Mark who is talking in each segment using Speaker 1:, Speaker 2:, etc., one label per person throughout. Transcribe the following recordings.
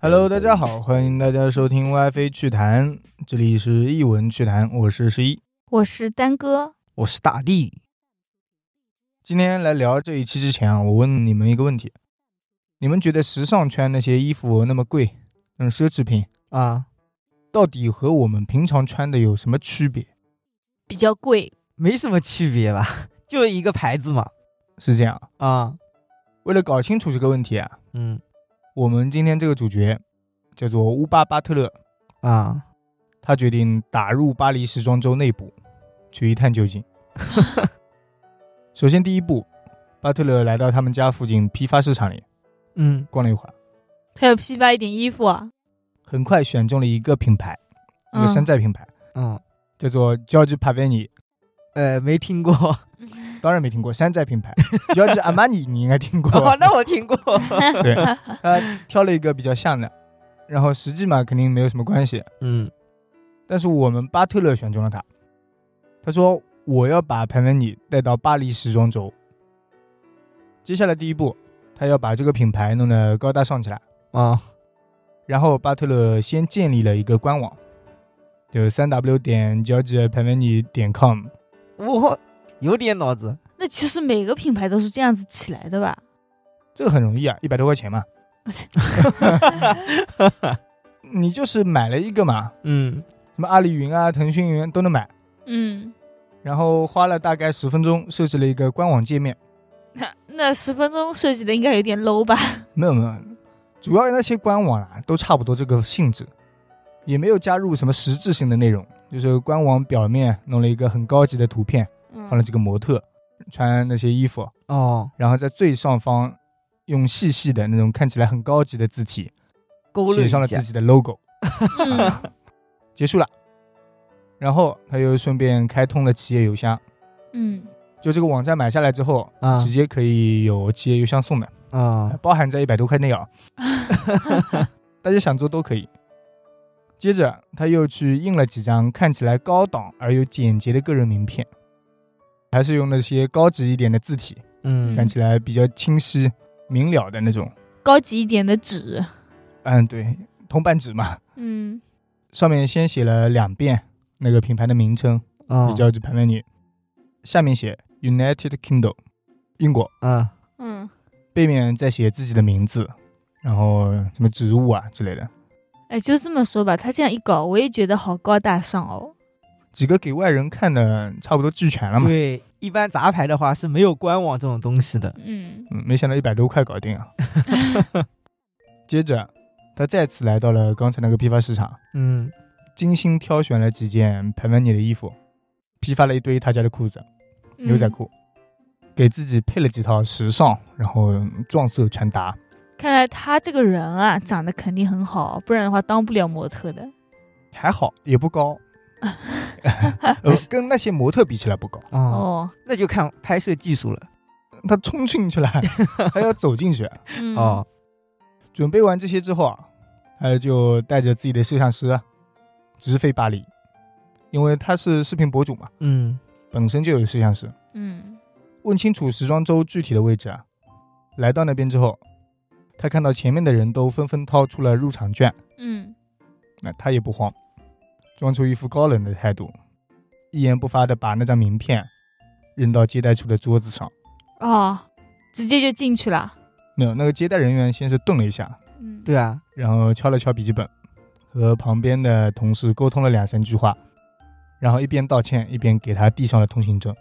Speaker 1: Hello，大家好，欢迎大家收听 WiFi 趣谈，这里是译文趣谈，我是十一，
Speaker 2: 我是丹哥，
Speaker 3: 我是大地。
Speaker 1: 今天来聊这一期之前啊，我问你们一个问题：你们觉得时尚圈那些衣服那么贵，那种奢侈品
Speaker 3: 啊，
Speaker 1: 到底和我们平常穿的有什么区别？
Speaker 2: 比较贵，
Speaker 3: 没什么区别吧， 就一个牌子嘛。
Speaker 1: 是这样啊。
Speaker 3: 啊，
Speaker 1: 为了搞清楚这个问题啊，
Speaker 3: 嗯，
Speaker 1: 我们今天这个主角叫做乌巴巴特勒，
Speaker 3: 啊，
Speaker 1: 他决定打入巴黎时装周内部，去一探究竟。首先，第一步，巴特勒来到他们家附近批发市场里
Speaker 3: 嗯，
Speaker 1: 逛了一会儿，
Speaker 2: 他要批发一点衣服啊。
Speaker 1: 很快选中了一个品牌，一个山寨品牌，
Speaker 3: 嗯，
Speaker 1: 叫做 George Pavani，
Speaker 3: 呃，没听过。
Speaker 1: 当然没听过山寨品牌，George Armani 你应该听过。
Speaker 3: 哦，那我听过。
Speaker 1: 对，他挑了一个比较像的，然后实际嘛肯定没有什么关系，
Speaker 3: 嗯，
Speaker 1: 但是我们巴特勒选中了他。他说：“我要把潘文尼带到巴黎时装周。”接下来第一步，他要把这个品牌弄得高大上起来。
Speaker 3: 啊，
Speaker 1: 然后巴特勒先建立了一个官网，就三 w 点 george p a v a n i 点 com。
Speaker 3: 我有点脑子。
Speaker 2: 嗯那其实每个品牌都是这样子起来的吧？
Speaker 1: 这个很容易啊，一百多块钱嘛，你就是买了一个嘛，
Speaker 3: 嗯，
Speaker 1: 什么阿里云啊、腾讯云都能买。
Speaker 2: 嗯，
Speaker 1: 然后花了大概十分钟设置了一个官网界面。
Speaker 2: 那那十分钟设计的应该有点 low 吧？
Speaker 1: 没有没有，主要那些官网啊都差不多这个性质，也没有加入什么实质性的内容，就是官网表面弄了一个很高级的图片，
Speaker 2: 嗯
Speaker 1: 放了几个模特穿那些衣服，
Speaker 3: 哦，
Speaker 1: 然后在最上方用细细的那种看起来很高级的字体
Speaker 3: 勾勒
Speaker 1: 写
Speaker 3: 一
Speaker 1: 上
Speaker 3: 下
Speaker 1: 了自己的 logo，啊
Speaker 2: 嗯
Speaker 1: 结束了。然后他又顺便开通了企业邮箱，
Speaker 2: 嗯
Speaker 1: 就这个网站买下来之后，
Speaker 3: 啊
Speaker 1: 直接可以有企业邮箱送的。
Speaker 3: 啊，
Speaker 1: 包含在一百多块内啊，大家想做都可以。接着他又去印了几张看起来高档而又简洁的个人名片，还是用那些高级一点的字体，
Speaker 3: 嗯
Speaker 1: 看起来比较清晰明了的那种。
Speaker 2: 高级一点的 纸，
Speaker 1: 嗯，对，铜版纸嘛，
Speaker 2: 嗯
Speaker 1: 上面先写了两遍那个品牌的名称，
Speaker 3: 啊
Speaker 1: 就叫 j a p a n i 下面写 United Kingdom，英国，
Speaker 3: 啊
Speaker 2: 嗯，
Speaker 1: 背面再写自己的名字，然后什么植物啊之类的。
Speaker 2: 哎，就这么说吧，他这样一搞，我也觉得好高大上哦。
Speaker 1: 几个给外人看的差不多俱全了嘛。
Speaker 3: 对，一般杂牌的话是没有官网这种东西的。
Speaker 2: 嗯
Speaker 1: 嗯，没想到一百多块搞定啊。接着，他再次来到了刚才那个批发市场，
Speaker 3: 嗯，
Speaker 1: 精心挑选了几件排曼尼的衣服，批发了一堆他家的裤子、牛仔，
Speaker 2: 嗯
Speaker 1: 裤，给自己配了几套时尚然后撞色穿搭。
Speaker 2: 看来他这个人啊，长得肯定很好，不然的话当不了模特 的。
Speaker 1: 还好，也不高，呃跟那些模特比起来不高。
Speaker 3: 哦，
Speaker 2: 哦，
Speaker 3: 那就看拍摄技术了。
Speaker 1: 他冲进去了， 还要走进去。
Speaker 2: 嗯，
Speaker 3: 哦，
Speaker 1: 准备完这些之后啊，他就带着自己的摄像师啊直飞巴黎，因为他是视频博主嘛，
Speaker 3: 嗯，
Speaker 1: 本身就有摄像师。
Speaker 2: 嗯
Speaker 1: 问清楚时装周具体的位置啊，来到那边之后，他看到前面的人都纷纷掏出了入场券，
Speaker 2: 嗯
Speaker 1: 那他也不慌，装出一副高冷的态度，一言不发的把那张名片扔到接待处的桌子上。
Speaker 2: 哦，直接就进去了。
Speaker 1: 没有，那个接待人员先是顿了一下，
Speaker 2: 嗯，
Speaker 3: 对啊，
Speaker 1: 然后敲了敲笔记本，和旁边的同事沟通了两三句话，然后一边道歉一边给他递上了通行证，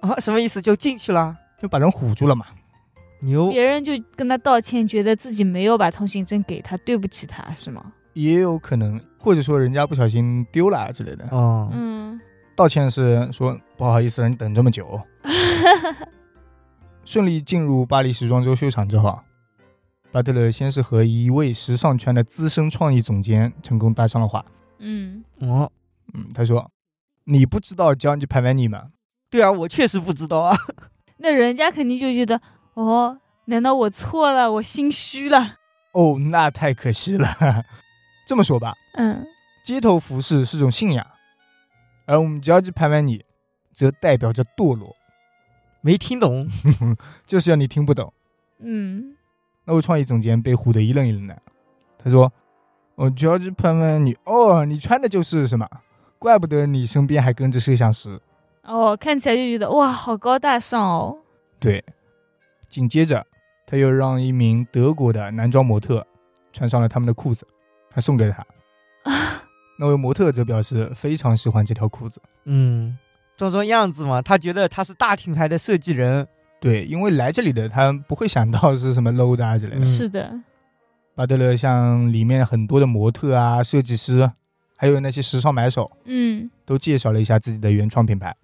Speaker 3: 啊，什么意思？就进去啦？
Speaker 1: 就把人唬住了嘛。
Speaker 3: 牛
Speaker 2: 别人就跟他道歉，觉得自己没有把通行证给他，对不起他，是吗？
Speaker 1: 也有可能，或者说人家不小心丢了啊之类的。
Speaker 3: 哦，
Speaker 2: 嗯
Speaker 1: 道歉是说不好意思，让你等这么久。
Speaker 2: 嗯
Speaker 1: 顺利进入巴黎时装周秀场之后啊，巴特勒先是和一位时尚圈的资深创意总监成功搭上了话。
Speaker 2: 嗯
Speaker 3: 哦，
Speaker 1: 嗯，他说：“你不知道 Gianni Pavani 吗？
Speaker 3: 对啊，我确实不知道啊。
Speaker 2: 那人家肯定就觉得，哦，难道我错了？我心虚了。
Speaker 1: 哦，那太可惜了。 这么说吧，
Speaker 2: 嗯，
Speaker 1: 街头服饰是种信仰，而我们交际拍卖你，则代表着堕落，
Speaker 3: 没听懂，
Speaker 1: 就是要你听不懂。
Speaker 2: 嗯，
Speaker 1: 那位创意总监被唬得一愣一愣的，他说：“我交际拍卖你，哦，你穿的就是什么？怪不得你身边还跟着摄像师。”
Speaker 2: 哦，看起来就觉得哇，好高大上哦，
Speaker 1: 对，紧接着他又让一名德国的男装模特穿上了他们的裤子，还送给了他。
Speaker 3: 嗯
Speaker 1: 那位模特则表示非常喜欢这条裤子。
Speaker 3: 嗯，装装样子嘛，他觉得他是大品牌的设计人，
Speaker 1: 对，因为来这里的他不会想到是什么 low 的啊之类的。
Speaker 3: 嗯
Speaker 2: 是的，
Speaker 1: 巴德勒像里面很多的模特啊、设计师，还有那些时尚买手，
Speaker 2: 嗯，
Speaker 1: 都介绍了一下自己的原创品牌。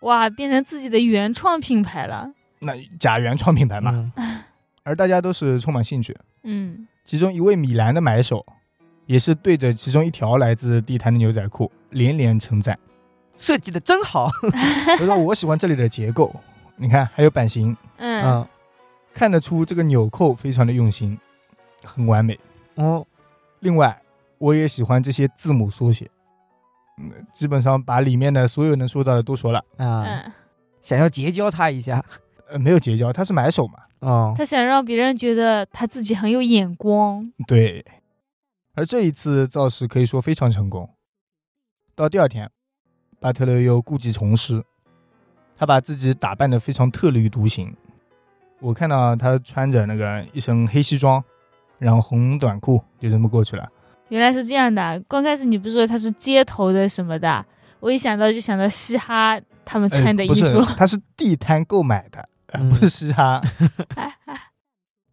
Speaker 2: 哇，变成自己的原创品牌了，
Speaker 1: 那假原创品牌嘛，
Speaker 3: 嗯
Speaker 1: 而大家都是充满兴趣。
Speaker 2: 嗯，
Speaker 1: 其中一位米兰的买手，也是对着其中一条来自地坛的牛仔裤连连称赞。
Speaker 3: 设计的真好，
Speaker 1: 他 说：“我喜欢这里的结构，你看还有版型，
Speaker 2: 嗯，
Speaker 3: 嗯，
Speaker 1: 看得出这个纽扣非常的用心，很完美。
Speaker 3: 哦，
Speaker 1: 另外，我也喜欢这些字母缩写。嗯，基本上把里面的所有能说到的都说了。
Speaker 3: 啊，
Speaker 2: 嗯，
Speaker 3: 想要结交他一下，
Speaker 1: 呃，没有结交，他是买手嘛，
Speaker 3: 哦，
Speaker 2: 他想让别人觉得他自己很有眼光，
Speaker 1: 对。而这一次造势可以说非常成功。到第二天，巴特勒又故技重施，他把自己打扮得非常特立独行。我看到他穿着那个一身黑西装，然后红短裤，就这么过去了。
Speaker 2: 原来是这样的。啊刚开始你不是说他是街头的什么的，啊我一想到就想到嘻哈他们
Speaker 1: 呃
Speaker 3: 哎
Speaker 2: 穿的衣
Speaker 1: 不
Speaker 2: 服
Speaker 1: 是，，他是地摊购买的，呃
Speaker 3: 嗯
Speaker 1: 不是嘻哈。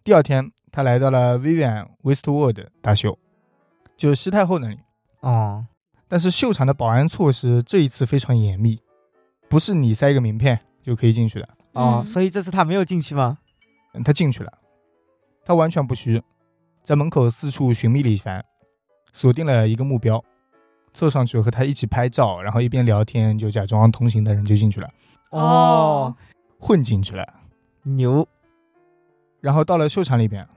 Speaker 1: 第二天，他来到了 Vivian Westwood 大秀，就是西太后那里。
Speaker 3: 哦，
Speaker 1: 但是秀场的保安措施这一次非常严密，不是你塞一个名片就可以进去的。
Speaker 3: 哦，
Speaker 2: 嗯
Speaker 3: 所以这次他没有进去吗？
Speaker 1: 嗯他进去了，他完全不虚，在门口四处寻觅了一番，锁定了一个目标，凑上去和他一起拍照，然后一边聊天，就假装同行的人就进去了，
Speaker 2: 哦，
Speaker 1: 混进去了。
Speaker 3: 牛，
Speaker 1: 然后到了秀场里边，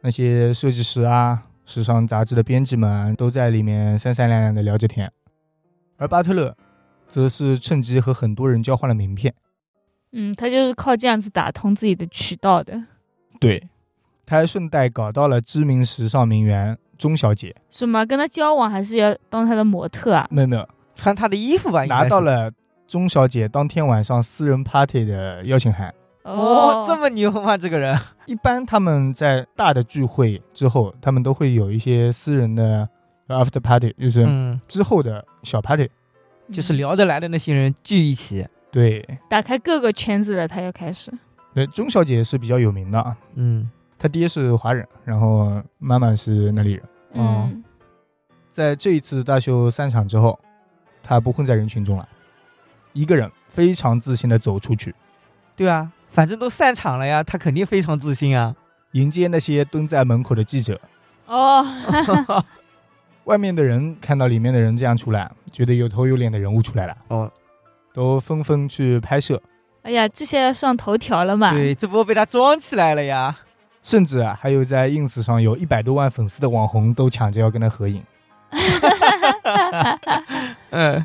Speaker 1: 那些设计师啊、时尚杂志的编辑们啊都在里面三三两两的聊着天，而巴特勒则是趁机和很多人交换了名片。
Speaker 2: 嗯，他就是靠这样子打通自己的渠道的。
Speaker 1: 对，他还顺带搞到了知名时尚名媛钟小姐，
Speaker 2: 什么？跟他交往还是要当他的模特啊？
Speaker 1: 没有没有，
Speaker 3: 穿他的衣服吧，应该
Speaker 1: 拿
Speaker 3: 是
Speaker 1: 到，了钟小姐当天晚上私人 party 的邀请函。
Speaker 3: 哦，这么牛吗？这个人，
Speaker 1: 一般他们在大的聚会之后，他们都会有一些私人的 after party，就是
Speaker 3: 嗯，
Speaker 1: 之后的小 party。
Speaker 3: 就是聊得来的那些人聚一起，
Speaker 1: 对，
Speaker 2: 嗯打开各个圈子了，他又开始。
Speaker 1: 对，钟小姐是比较有名的，啊，
Speaker 3: 嗯，
Speaker 1: 她爹是华人，然后妈妈是那里人。
Speaker 3: 哦
Speaker 2: 嗯，
Speaker 1: 在这一次大秀散场之后，她不混在人群中了，一个人非常自信的走出去，
Speaker 3: 对啊，反正都散场了呀，他肯定非常自信啊，
Speaker 1: 迎接那些蹲在门口的记者。
Speaker 2: 哦，
Speaker 1: 外面的人看到里面的人这样出来，觉得有头有脸的人物出来了，
Speaker 3: 哦，
Speaker 1: 都纷纷去拍摄，
Speaker 2: 哎呀，这下要上头条了嘛？
Speaker 3: 对，这波被他装起来了呀，
Speaker 1: 甚至啊，还有在 ins 上有一百多万粉丝的网红都抢着要跟他合影。
Speaker 3: 嗯，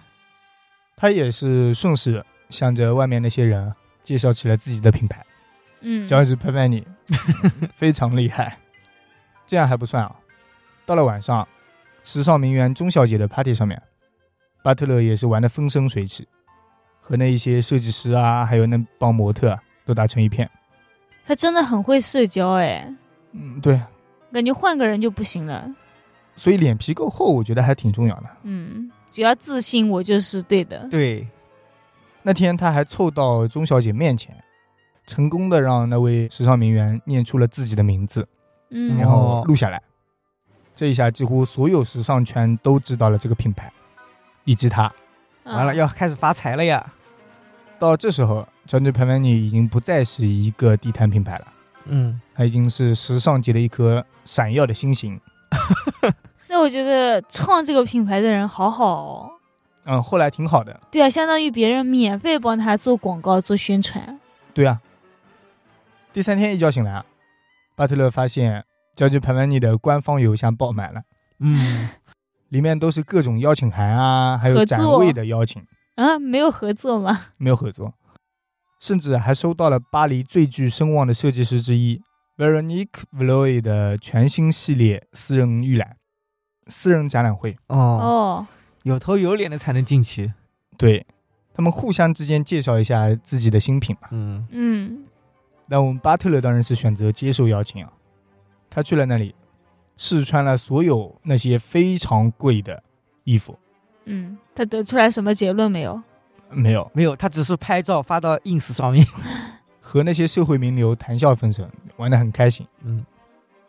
Speaker 1: 他也是顺势向着外面那些人介绍起了自己的品牌。
Speaker 2: 嗯，
Speaker 1: 脚趾拍拍你， 非常厉害。这样还不算啊，到了晚上，时尚名媛钟小姐的 party 上面，巴特勒也是玩得风生水起，和那一些设计师啊，还有那帮模特啊都打成一片。
Speaker 2: 他真的很会社交哎，
Speaker 1: 嗯，对，
Speaker 2: 感觉换个人就不行了。
Speaker 1: 所以脸皮够厚，我觉得还挺重要的。
Speaker 2: 嗯，只要自信，我就是对的。
Speaker 3: 对，
Speaker 1: 那天他还凑到钟小姐面前，成功的让那位时尚名媛念出了自己的名字，
Speaker 2: 嗯，
Speaker 1: 然后录下来。这一下几乎所有时尚圈都知道了这个品牌，以及他。
Speaker 2: 嗯
Speaker 3: 完了要开始发财了呀，
Speaker 1: 到这时候 j o h n n y p a m a n i 已经不再是一个地摊品牌了，
Speaker 3: 嗯，
Speaker 1: 它已经是时尚界的一颗闪耀的星星。
Speaker 2: 那我觉得创这个品牌的人好好哦。
Speaker 1: 嗯，后来挺好的。
Speaker 2: 对啊，相当于别人免费帮他做广告、做宣传。
Speaker 1: 啊对啊，第三天一觉醒来，巴特勒发现交际排版你的官方邮箱爆满了，
Speaker 3: 嗯，
Speaker 1: 里面都是各种邀请函啊，还有
Speaker 2: 合
Speaker 1: 展
Speaker 2: 作
Speaker 1: 位的邀请，
Speaker 2: 啊，没有合作吗？
Speaker 1: 没有合作，甚至还收到了巴黎最具声望的设计师之一 Veronique Valois 的全新系列私人预览、私人展览会。
Speaker 3: 哦，
Speaker 2: 哦，
Speaker 3: 有头有脸的才能进去。
Speaker 1: 对他们互相之间介绍一下自己的新品嘛。
Speaker 3: 嗯
Speaker 2: 嗯，
Speaker 1: 那我们巴特勒当然是选择接受邀请啊，他去了那里，试穿了所有那些非常贵的衣服，
Speaker 2: 嗯，他得出来什么结论没有？
Speaker 1: 没有
Speaker 3: 没有，他只是拍照发到 ins 上面。
Speaker 1: 和那些社会名流谈笑风生，玩得很开心。
Speaker 3: 嗯，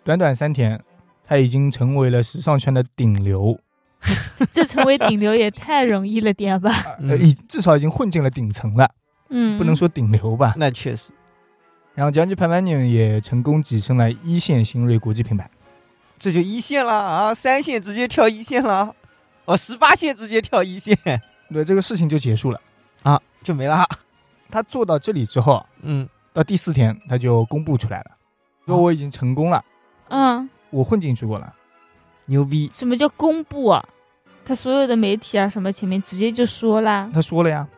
Speaker 1: 短短三天，他已经成为了时尚圈的顶流，
Speaker 2: 这成为顶流也太容易了点吧？
Speaker 3: 啊嗯
Speaker 1: 呃，已至少已经混进了顶层了，
Speaker 2: 嗯，
Speaker 1: 不能说顶流吧。
Speaker 3: 那确实，
Speaker 1: 然后 g i a n i p a n i 也成功跻身了一线新锐国际品牌。
Speaker 3: 这就一线了啊，三线直接跳一线了，哦，十八线直接跳一线
Speaker 1: 对，这个事情就结束了。
Speaker 3: 啊，就没了。
Speaker 1: 他做到这里之后，啊
Speaker 3: 嗯，
Speaker 1: 到第四天他就公布出来了，说我已经成功了，
Speaker 2: 嗯，
Speaker 1: 我混进去过了。
Speaker 3: 牛逼。
Speaker 2: 什么叫公布啊？他所有的媒体啊什么前面直接就说啦，
Speaker 1: 他说了呀，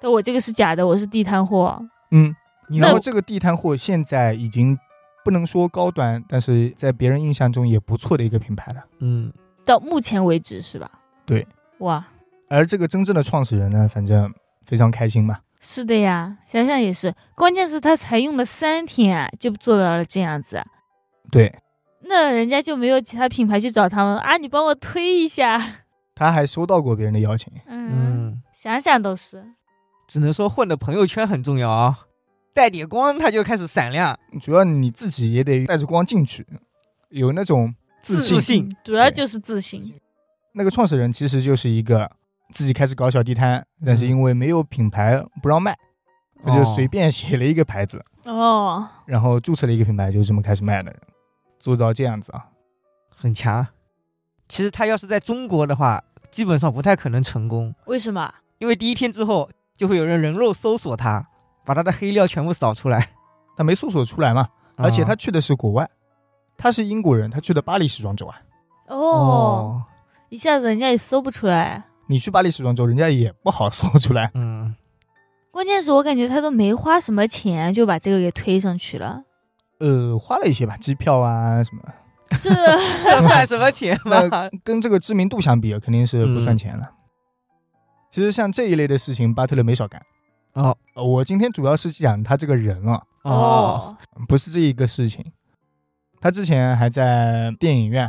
Speaker 2: 但我这个是假的，我是地摊货。
Speaker 1: 嗯，
Speaker 3: 牛
Speaker 1: 然后这个地摊货现在已经不能说高端，但是在别人印象中也不错的一个品牌了。
Speaker 3: 嗯，
Speaker 2: 到目前为止是吧？
Speaker 1: 对，
Speaker 2: 哇，
Speaker 1: 而这个真正的创始人呢，反正非常开心嘛。
Speaker 2: 是的呀，想想也是，关键是他才用了三天啊，就做到了这样子啊，
Speaker 1: 对，
Speaker 2: 那人家就没有其他品牌去找他们啊，你帮我推一下，
Speaker 1: 他还收到过别人的邀请，
Speaker 2: 嗯，
Speaker 3: 嗯，
Speaker 2: 想想都是，
Speaker 3: 只能说混的朋友圈很重要啊，带点光他就开始闪亮。
Speaker 1: 主要你自己也得带着光进去，有那种自信。
Speaker 3: 自信
Speaker 2: 主要就是自信，
Speaker 1: 那个创始人其实就是一个自己开始搞小地摊，但是因为没有品牌不让卖，
Speaker 3: 哦
Speaker 1: 他就随便写了一个牌子，
Speaker 2: 哦，
Speaker 1: 然后注册了一个品牌，就这么开始卖的，做到这样子啊。
Speaker 3: 很强。其实他要是在中国的话，基本上不太可能成功，
Speaker 2: 为什么？
Speaker 3: 因为第一天之后就会有人人肉搜索他，把他的黑料全部扫出 来。
Speaker 1: 他没搜索出来嘛，而且他
Speaker 3: 啊
Speaker 1: 去的是国外，他是英国人，他去的巴黎时装周啊。
Speaker 2: 哦，
Speaker 3: 哦，
Speaker 2: 一下子人家也搜不出来，
Speaker 1: 你去巴黎时装周，人家也不好搜出来。
Speaker 3: 嗯，
Speaker 2: 关键是我感觉他都没花什么钱就把这个给推上去了，
Speaker 1: 呃，花了一些吧，机票啊什么，
Speaker 2: 这
Speaker 3: 这算什么钱嘛
Speaker 1: 那？跟这个知名度相比，肯定是不算钱了。其实像这一类的事情，巴特勒没少干。
Speaker 3: 哦
Speaker 1: 呃我今天主要是讲他这个人啊，
Speaker 3: 哦，
Speaker 1: 不是这一个事情。他之前还在电影院，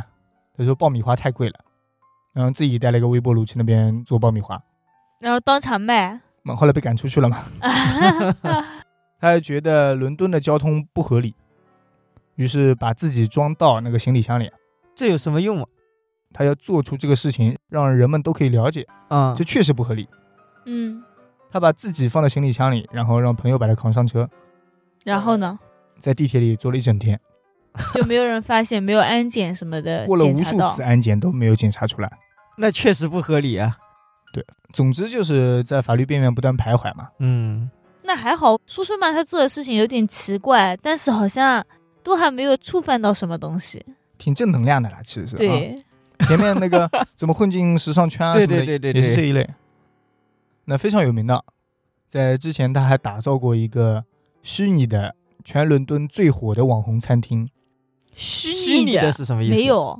Speaker 1: 他说爆米花太贵了，然后自己带了一个微波炉去那边做爆米花，
Speaker 2: 然后当场卖，
Speaker 1: 嘛后来被赶出去了嘛。他还觉得伦敦的交通不合理，于是把自己装到那个行李箱里。
Speaker 3: 这有什么用啊
Speaker 1: 他要做出这个事情，让人们都可以了解，
Speaker 3: 啊？
Speaker 1: 这确实不合理。
Speaker 2: 嗯，
Speaker 1: 他把自己放到行李箱里，然后让朋友把他扛上车，
Speaker 2: 然后呢
Speaker 1: 在地铁里坐了一整天，
Speaker 2: 就没有人发现，没有安检什么的
Speaker 1: 过了
Speaker 2: 呃检
Speaker 1: 无
Speaker 2: 查
Speaker 1: 数
Speaker 2: 到
Speaker 1: 次，安检都没有检查出来。
Speaker 3: 那确实不合理啊。
Speaker 1: 总之就是在法律边缘不断徘徊嘛。
Speaker 3: 嗯，
Speaker 2: 那还好，叔叔嘛，他做的事情有点奇怪，但是好像都还没有触犯到什么东西。
Speaker 1: 挺正能量的啦，其实是。啊、
Speaker 2: 对，
Speaker 1: 前面那个怎么混进时尚圈啊什
Speaker 3: 对
Speaker 1: 么的，
Speaker 3: 对对对对，
Speaker 1: 也是这一类。那非常有名的，在之前他还打造过一个虚拟的全伦敦最火的网红餐厅，
Speaker 2: 虚
Speaker 3: 虚拟的
Speaker 2: 的
Speaker 3: 是什么意思？哦
Speaker 2: 没，有，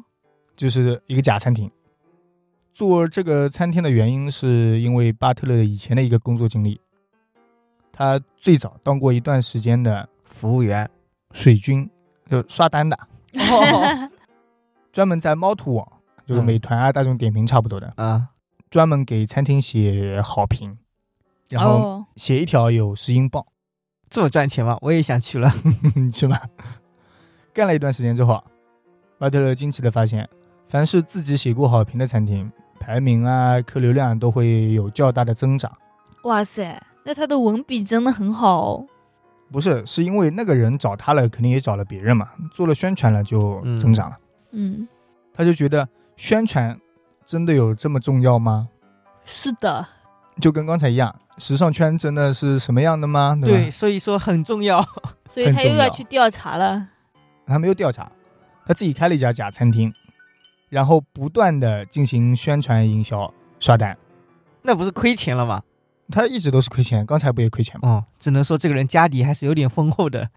Speaker 1: 就是一个假餐厅。做这个餐厅的原因是因为巴特勒以前的一个工作经历，他最早当过一段时间的
Speaker 3: 服务员。
Speaker 1: 水军，就刷单的，
Speaker 3: 哦
Speaker 1: 专门在猫图网，
Speaker 3: 嗯
Speaker 1: 就是美团啊、大众点评差不多的，
Speaker 3: 啊，
Speaker 1: 专门给餐厅写好评，然后
Speaker 2: 哦，
Speaker 1: 写一条有十英 镑，
Speaker 3: 这么赚钱吗？我也想去了。
Speaker 1: 你去吧。干了一段时间之后，巴特勒惊奇的发现，凡是自己写过好评的餐厅，排名啊、客流量都会有较大的增长。
Speaker 2: 哇塞，那他的文笔真的很好哦。
Speaker 1: 不是，是因为那个人找他了，肯定也找了别人嘛，做了宣传了就增长了。
Speaker 2: 嗯，
Speaker 1: 他就觉得宣传真的有这么重要吗？
Speaker 2: 是的，
Speaker 1: 就跟刚才一样，时尚圈真的是什么样的吗？对吧？
Speaker 3: 所以说很重要。
Speaker 2: 所以他
Speaker 1: 很重
Speaker 2: 又要
Speaker 1: 要
Speaker 2: 去调查了。
Speaker 1: 他没有调查，他自己开了一家假餐厅，然后不断的进行宣传营销刷单，
Speaker 3: 那不是亏钱了吗？
Speaker 1: 他一直都是亏钱，刚才不也亏钱吗？
Speaker 3: 哦，只能说这个人家底还是有点丰厚的。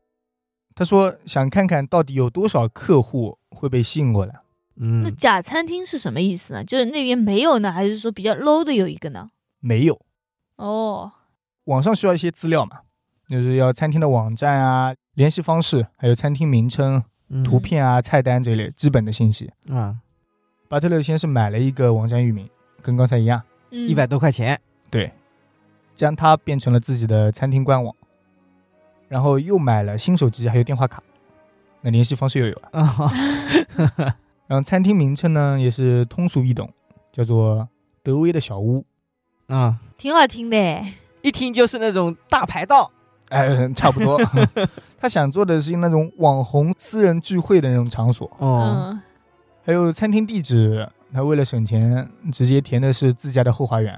Speaker 1: 他说想看看到底有多少客户会被吸引过来。
Speaker 2: 那
Speaker 3: 嗯，
Speaker 2: 假餐厅是什么意思呢？就是那边没有呢，还是说比较 low 的有一个呢？
Speaker 1: 没有，
Speaker 2: 哦，
Speaker 1: 网上需要一些资料嘛，就是要餐厅的网站啊、联系方式，还有餐厅名称、
Speaker 3: 嗯
Speaker 1: 图片啊、菜单这类基本的信息。
Speaker 3: 啊，
Speaker 1: 巴特勒先是买了一个网站域名，跟刚才一样，
Speaker 2: 嗯，
Speaker 3: 一百多块钱，
Speaker 1: 对，将它变成了自己的餐厅官网，然后又买了新手机，还有电话卡，那联系方式又有了。
Speaker 3: 啊、
Speaker 1: 然后餐厅名称呢也是通俗易懂，叫做德威的小屋，
Speaker 3: 啊，
Speaker 2: 挺好听的诶，
Speaker 3: 一听就是那种大排档。
Speaker 1: 哎，差不多。他想做的是那种网红私人聚会的那种场所，
Speaker 3: 哦，
Speaker 2: 嗯，
Speaker 1: 还有餐厅地址，他为了省钱，直接填的是自家的后花园，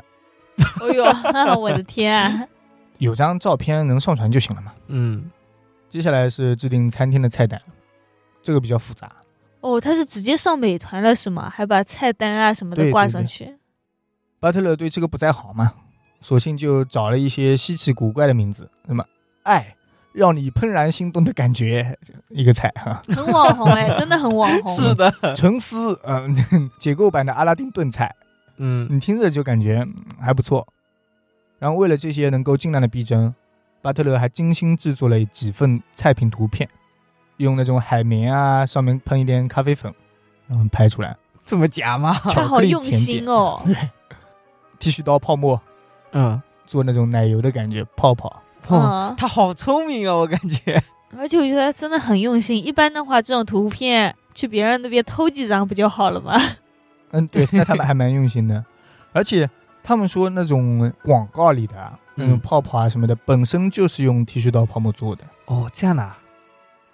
Speaker 2: 哎呦， 我的天啊，
Speaker 1: 有张照片能上传就行了嘛。
Speaker 3: 嗯，
Speaker 1: 接下来是制定餐厅的菜单，这个比较复杂。
Speaker 2: 哦，他是直接上美团了是吗？还把菜单啊什么
Speaker 1: 对
Speaker 2: 的
Speaker 1: 对
Speaker 2: 挂
Speaker 1: 对
Speaker 2: 上去，
Speaker 1: 巴特勒对这个不在行嘛，索性就找了一些稀奇古怪的名字，那么爱让你怦然心动的感觉，一个菜哈，
Speaker 2: 很网红哎，真的很网红。
Speaker 3: 是的，
Speaker 1: 橙丝，嗯、 解构版的阿拉丁炖菜，
Speaker 3: 嗯
Speaker 1: 你听着就感觉嗯还不错。然后为了这些能够尽量的逼真，巴特勒还精心制作了几份菜品图片，用那种海绵啊上面喷一点咖啡粉，然后拍出来。
Speaker 3: 这么假吗？
Speaker 2: 他好
Speaker 1: 巧克
Speaker 2: 用
Speaker 1: 力甜
Speaker 2: 心
Speaker 1: 点
Speaker 2: 哦，
Speaker 1: 剃须刀泡沫
Speaker 3: 嗯，
Speaker 1: 做那种奶油的感觉泡泡，
Speaker 3: 哦，
Speaker 2: 嗯，
Speaker 3: 他好聪明啊，我感觉。
Speaker 2: 而且我觉得他真的很用心。一般的话，这种图片去别人那边偷几张不就好了吗？
Speaker 1: 嗯，对，那他们还蛮用心的，而且他们说那种广告里的啊，那种
Speaker 3: 嗯
Speaker 1: 泡泡啊什么的，本身就是用剃须刀泡沫做的，
Speaker 3: 哦，这样的、啊，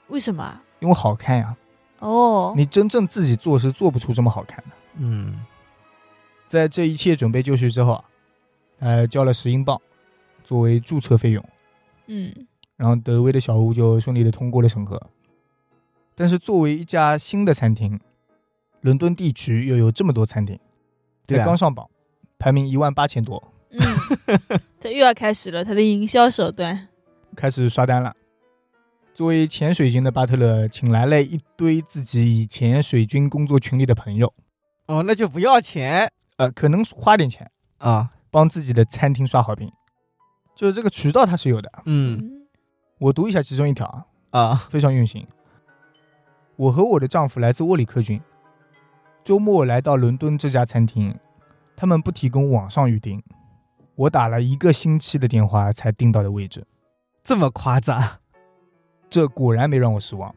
Speaker 2: 为什么啊？
Speaker 1: 因为好看呀、
Speaker 2: 哦，
Speaker 1: 你真正自己做是做不出这么好看的。
Speaker 3: 嗯，
Speaker 1: 在这一切准备就绪之后啊，呃，交了十英镑作为注册费用，
Speaker 2: 嗯，
Speaker 1: 然后德威的小屋就顺利的通过了审核。但是作为一家新的餐厅，伦敦地区又有这么多餐厅，
Speaker 3: 对
Speaker 1: 才
Speaker 3: 啊
Speaker 1: 刚上榜，排名一万八千多，
Speaker 2: 嗯，他又要开始了他的营销手段。
Speaker 1: 开始刷单了。作为前水军的巴特勒，请来了一堆自己以前水军工作群里的朋友，
Speaker 3: 哦，那就不要钱
Speaker 1: 呃，可能花点钱
Speaker 3: 啊，
Speaker 1: 帮自己的餐厅刷好评，就是这个渠道它是有的。
Speaker 3: 嗯
Speaker 2: 嗯，
Speaker 1: 我读一下其中一条啊，
Speaker 3: 啊，
Speaker 1: 非常用心。我和我的丈夫来自沃里克郡，周末来到伦敦这家餐厅，他们不提供网上预订，我打了一个星期的电话才订到的位置。
Speaker 3: 这么夸张，
Speaker 1: 这果然没让我失望，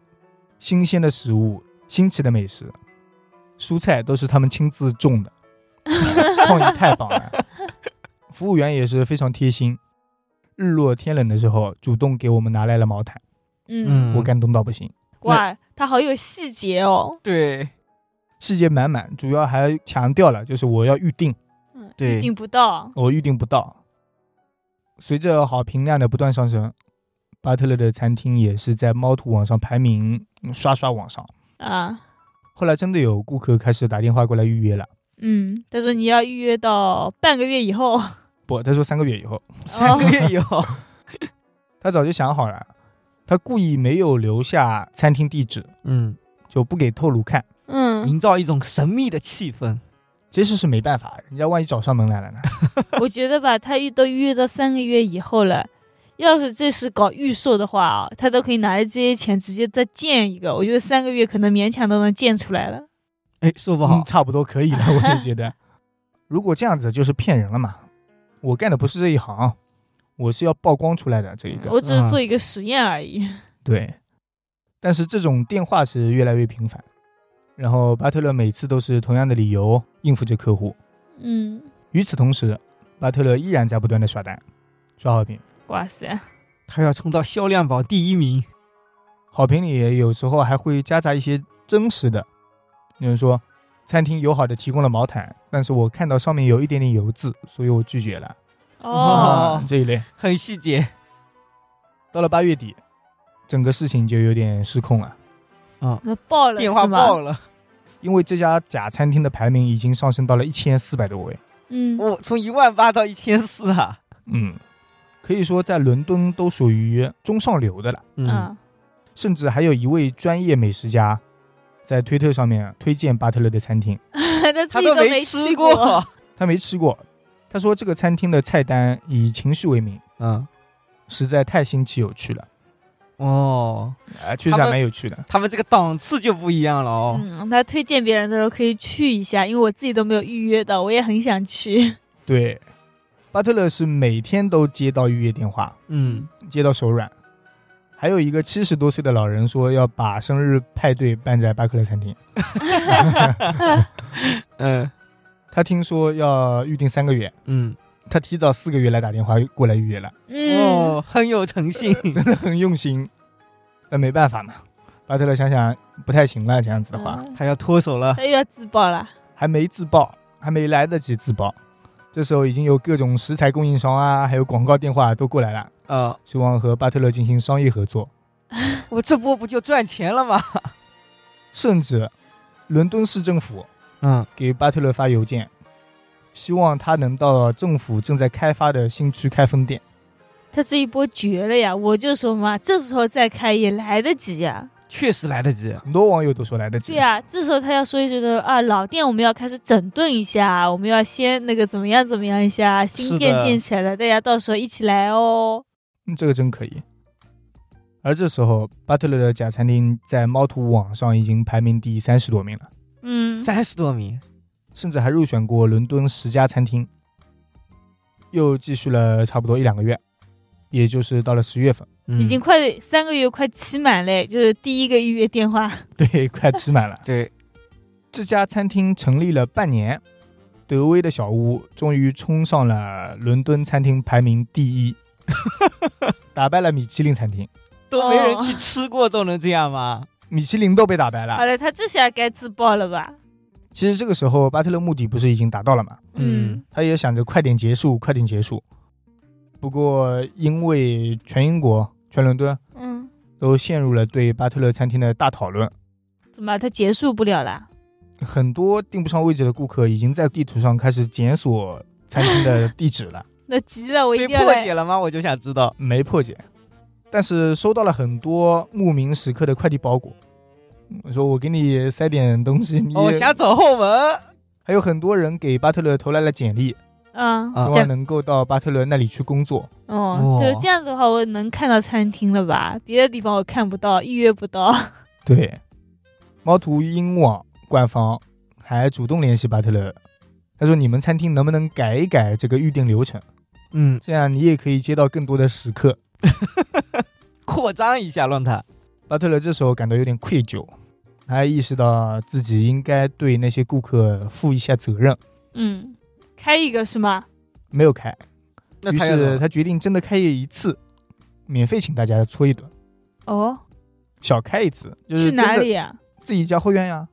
Speaker 1: 新鲜的食物，新奇的美食，蔬菜都是他们亲自种的，创意太棒了。服务员也是非常贴心，日落天冷的时候主动给我们拿来了毛毯，
Speaker 2: 嗯，
Speaker 1: 我感动到不行。
Speaker 2: 哇，他好有细节哦。
Speaker 3: 对
Speaker 1: 细节满满，主要还强调了就是我要预定，
Speaker 2: 嗯，
Speaker 3: 对
Speaker 2: 预定不到。
Speaker 1: 我预定不到。随着好评量的不断上升，巴特勒的餐厅也是在猫图网上排名嗯刷刷往上。
Speaker 2: 啊，
Speaker 1: 后来真的有顾客开始打电话过来预约了，
Speaker 2: 嗯，他说你要预约到半个月以后，
Speaker 1: 不，他说 三个月以后，
Speaker 3: 三个月以后，
Speaker 1: 他早就想好了，他故意没有留下餐厅地址，
Speaker 3: 嗯，
Speaker 1: 就不给透露看，
Speaker 2: 嗯，
Speaker 3: 营造一种神秘的气氛。
Speaker 1: 其实是没办法，人家万一找上门来了呢？
Speaker 2: 我觉得吧，他预都预约到三个月以后了。要是这是搞预售的话啊，他都可以拿着这些钱直接再建一个。我觉得三个月可能勉强都能建出来了。
Speaker 3: 哎，说不
Speaker 1: 嗯，差不多可以了，我也觉得。如果这样子就是骗人了嘛，我干的不是这一行，我是要曝光出来的这一
Speaker 3: 嗯
Speaker 1: 个。
Speaker 2: 嗯我只是做一个实验而已。
Speaker 1: 对，但是这种电话是越来越频繁，然后巴特勒每次都是同样的理由应付着客户。
Speaker 2: 嗯，
Speaker 1: 与此同时，巴特勒依然在不断的刷单，刷好评，
Speaker 2: 哇塞，
Speaker 3: 他要冲到销量榜第一名。
Speaker 1: 好评里有时候还会夹杂一些真实的，有人说餐厅友好的提供了毛毯，但是我看到上面有一点点油渍，所以我拒绝了。啊
Speaker 2: 哦，
Speaker 1: 这一类。
Speaker 3: 很细节。
Speaker 1: 到了八月底，整个事情就有点失控了。
Speaker 3: 啊，
Speaker 2: 那爆了
Speaker 3: 电话
Speaker 2: 是吧
Speaker 3: 爆了，
Speaker 1: 因为这家假餐厅的排名已经上升到了一千四百多位。
Speaker 2: 嗯，
Speaker 3: 我哦从一万八到一千四啊，
Speaker 1: 嗯，可以说在伦敦都属于中上流的了。
Speaker 2: 嗯，
Speaker 1: 甚至还有一位专业美食家在推特上面推荐巴特勒的餐厅，
Speaker 2: 他自
Speaker 3: 他
Speaker 2: 己都
Speaker 3: 没
Speaker 2: 吃
Speaker 3: 吃 过，
Speaker 1: 他没吃过。他说这个餐厅的菜单以情绪为名，
Speaker 3: 嗯，
Speaker 1: 实在太新奇有趣了，
Speaker 3: 哦，
Speaker 1: 啊，确实
Speaker 3: 他
Speaker 1: 还
Speaker 3: 们
Speaker 1: 蛮有趣的。
Speaker 3: 他们这个档次就不一样了哦，
Speaker 2: 嗯，他推荐别人的时候可以去一下，因为我自己都没有预约到，我也很想去。
Speaker 1: 对，巴特勒是每天都接到预约电话，
Speaker 3: 嗯，
Speaker 1: 接到手软。还有一个七十多岁的老人说要把生日派对办在巴特勒餐厅，
Speaker 3: 嗯
Speaker 1: 他听说要预定三个月，
Speaker 3: 嗯，
Speaker 1: 他提早四个月来打电话过来预约了，
Speaker 2: 嗯，
Speaker 3: 哦，很有诚 信，
Speaker 1: 真的很用心。但没办法嘛，巴特勒想想不太行了，这样子的话，
Speaker 2: 嗯
Speaker 3: 他要脱手了
Speaker 2: 他，又要自爆了。
Speaker 1: 还没自爆，还没来得及自爆，这时候已经有各种食材供应商啊，还有广告电话都过来了，
Speaker 3: 啊，
Speaker 1: 希望和巴特勒进行商业合作，
Speaker 3: 我这波不就赚钱了吗？
Speaker 1: 甚至伦敦市政府
Speaker 3: 嗯
Speaker 1: 给巴特勒发邮件，希望他能到政府正在开发的新区开分店。
Speaker 2: 他这一波绝了呀！我就说嘛，这时候再开也来得及呀。，
Speaker 3: 确实来得及，
Speaker 1: 很多网友都说来得及。
Speaker 2: 对呀、这时候他要说一句的啊，老店我们要开始整顿一下，啊我们要先那个怎么样怎么样一下，啊
Speaker 3: 是
Speaker 2: 新店
Speaker 3: 的
Speaker 2: 建起来了，大家到时候一起来哦。
Speaker 1: 嗯，这个真可以。而这时候，巴特勒的假餐厅在猫图网上已经排名第三十多名了，
Speaker 2: 嗯，
Speaker 3: 三十多名，
Speaker 1: 甚至还入选过伦敦十佳餐厅。又继续了差不多一两个月，也就是到了十月份，
Speaker 3: 嗯
Speaker 2: 已经快三个月快期满嘞，就是第一个预约电话。
Speaker 3: 啊
Speaker 1: 对，快吃满了。
Speaker 3: 对，
Speaker 1: 这家餐厅成立了半年，德威的小屋终于冲上了伦敦餐厅排名第一，打败了米其林餐厅，
Speaker 3: 都没人去吃过，都能这样吗？
Speaker 1: 米其林都被打败了
Speaker 2: 好。了，他这下该自爆了吧？
Speaker 1: 其实这个时候，巴特勒目的不是已经达到了吗？
Speaker 3: 嗯
Speaker 1: 他也想着快点结束，快点结束。不过因为全英国、全伦敦
Speaker 2: 嗯，
Speaker 1: 都陷入了对巴特勒餐厅的大讨论，
Speaker 2: 怎么他结束不了啦？
Speaker 1: 很多订不上位置的顾客已经在地图上开始检索餐厅的地址了，
Speaker 2: 那急了，我一
Speaker 3: 被
Speaker 2: 定要
Speaker 3: 破
Speaker 2: 来。
Speaker 3: 解了吗？我就想知道，
Speaker 1: 没破解。但是收到了很多慕名食客的快递包裹，嗯说我给你塞点东西，你、
Speaker 3: 哦我想走后门，
Speaker 1: 还有很多人给巴特勒投来了简历，
Speaker 2: 嗯，
Speaker 3: 啊
Speaker 1: 希望
Speaker 2: 想
Speaker 1: 能够到巴特勒那里去工作。
Speaker 2: 哦，就是
Speaker 3: 哇
Speaker 2: 这样子的话，我能看到餐厅了吧？别的地方我看不到，预约不到。
Speaker 1: 对，猫图英网官方还主动联系巴特勒，他说你们餐厅能不能改一改这个预定流程，
Speaker 3: 嗯，
Speaker 1: 这样你也可以接到更多的食客。
Speaker 3: 扩张一下，让他，
Speaker 1: 巴特勒这时候感到有点愧疚，他意识到自己应该对那些顾客负一下责任，
Speaker 2: 嗯，开一个是吗？
Speaker 1: 没有开，
Speaker 3: 那
Speaker 1: 于
Speaker 3: 他要怎
Speaker 1: 是
Speaker 3: 么
Speaker 1: 他决定真的开业一次，免费请大家搓一顿，
Speaker 2: 哦，
Speaker 1: 小开一次，就是
Speaker 2: 去哪
Speaker 1: 真的
Speaker 2: 里啊呀、
Speaker 1: 自己家后院呀。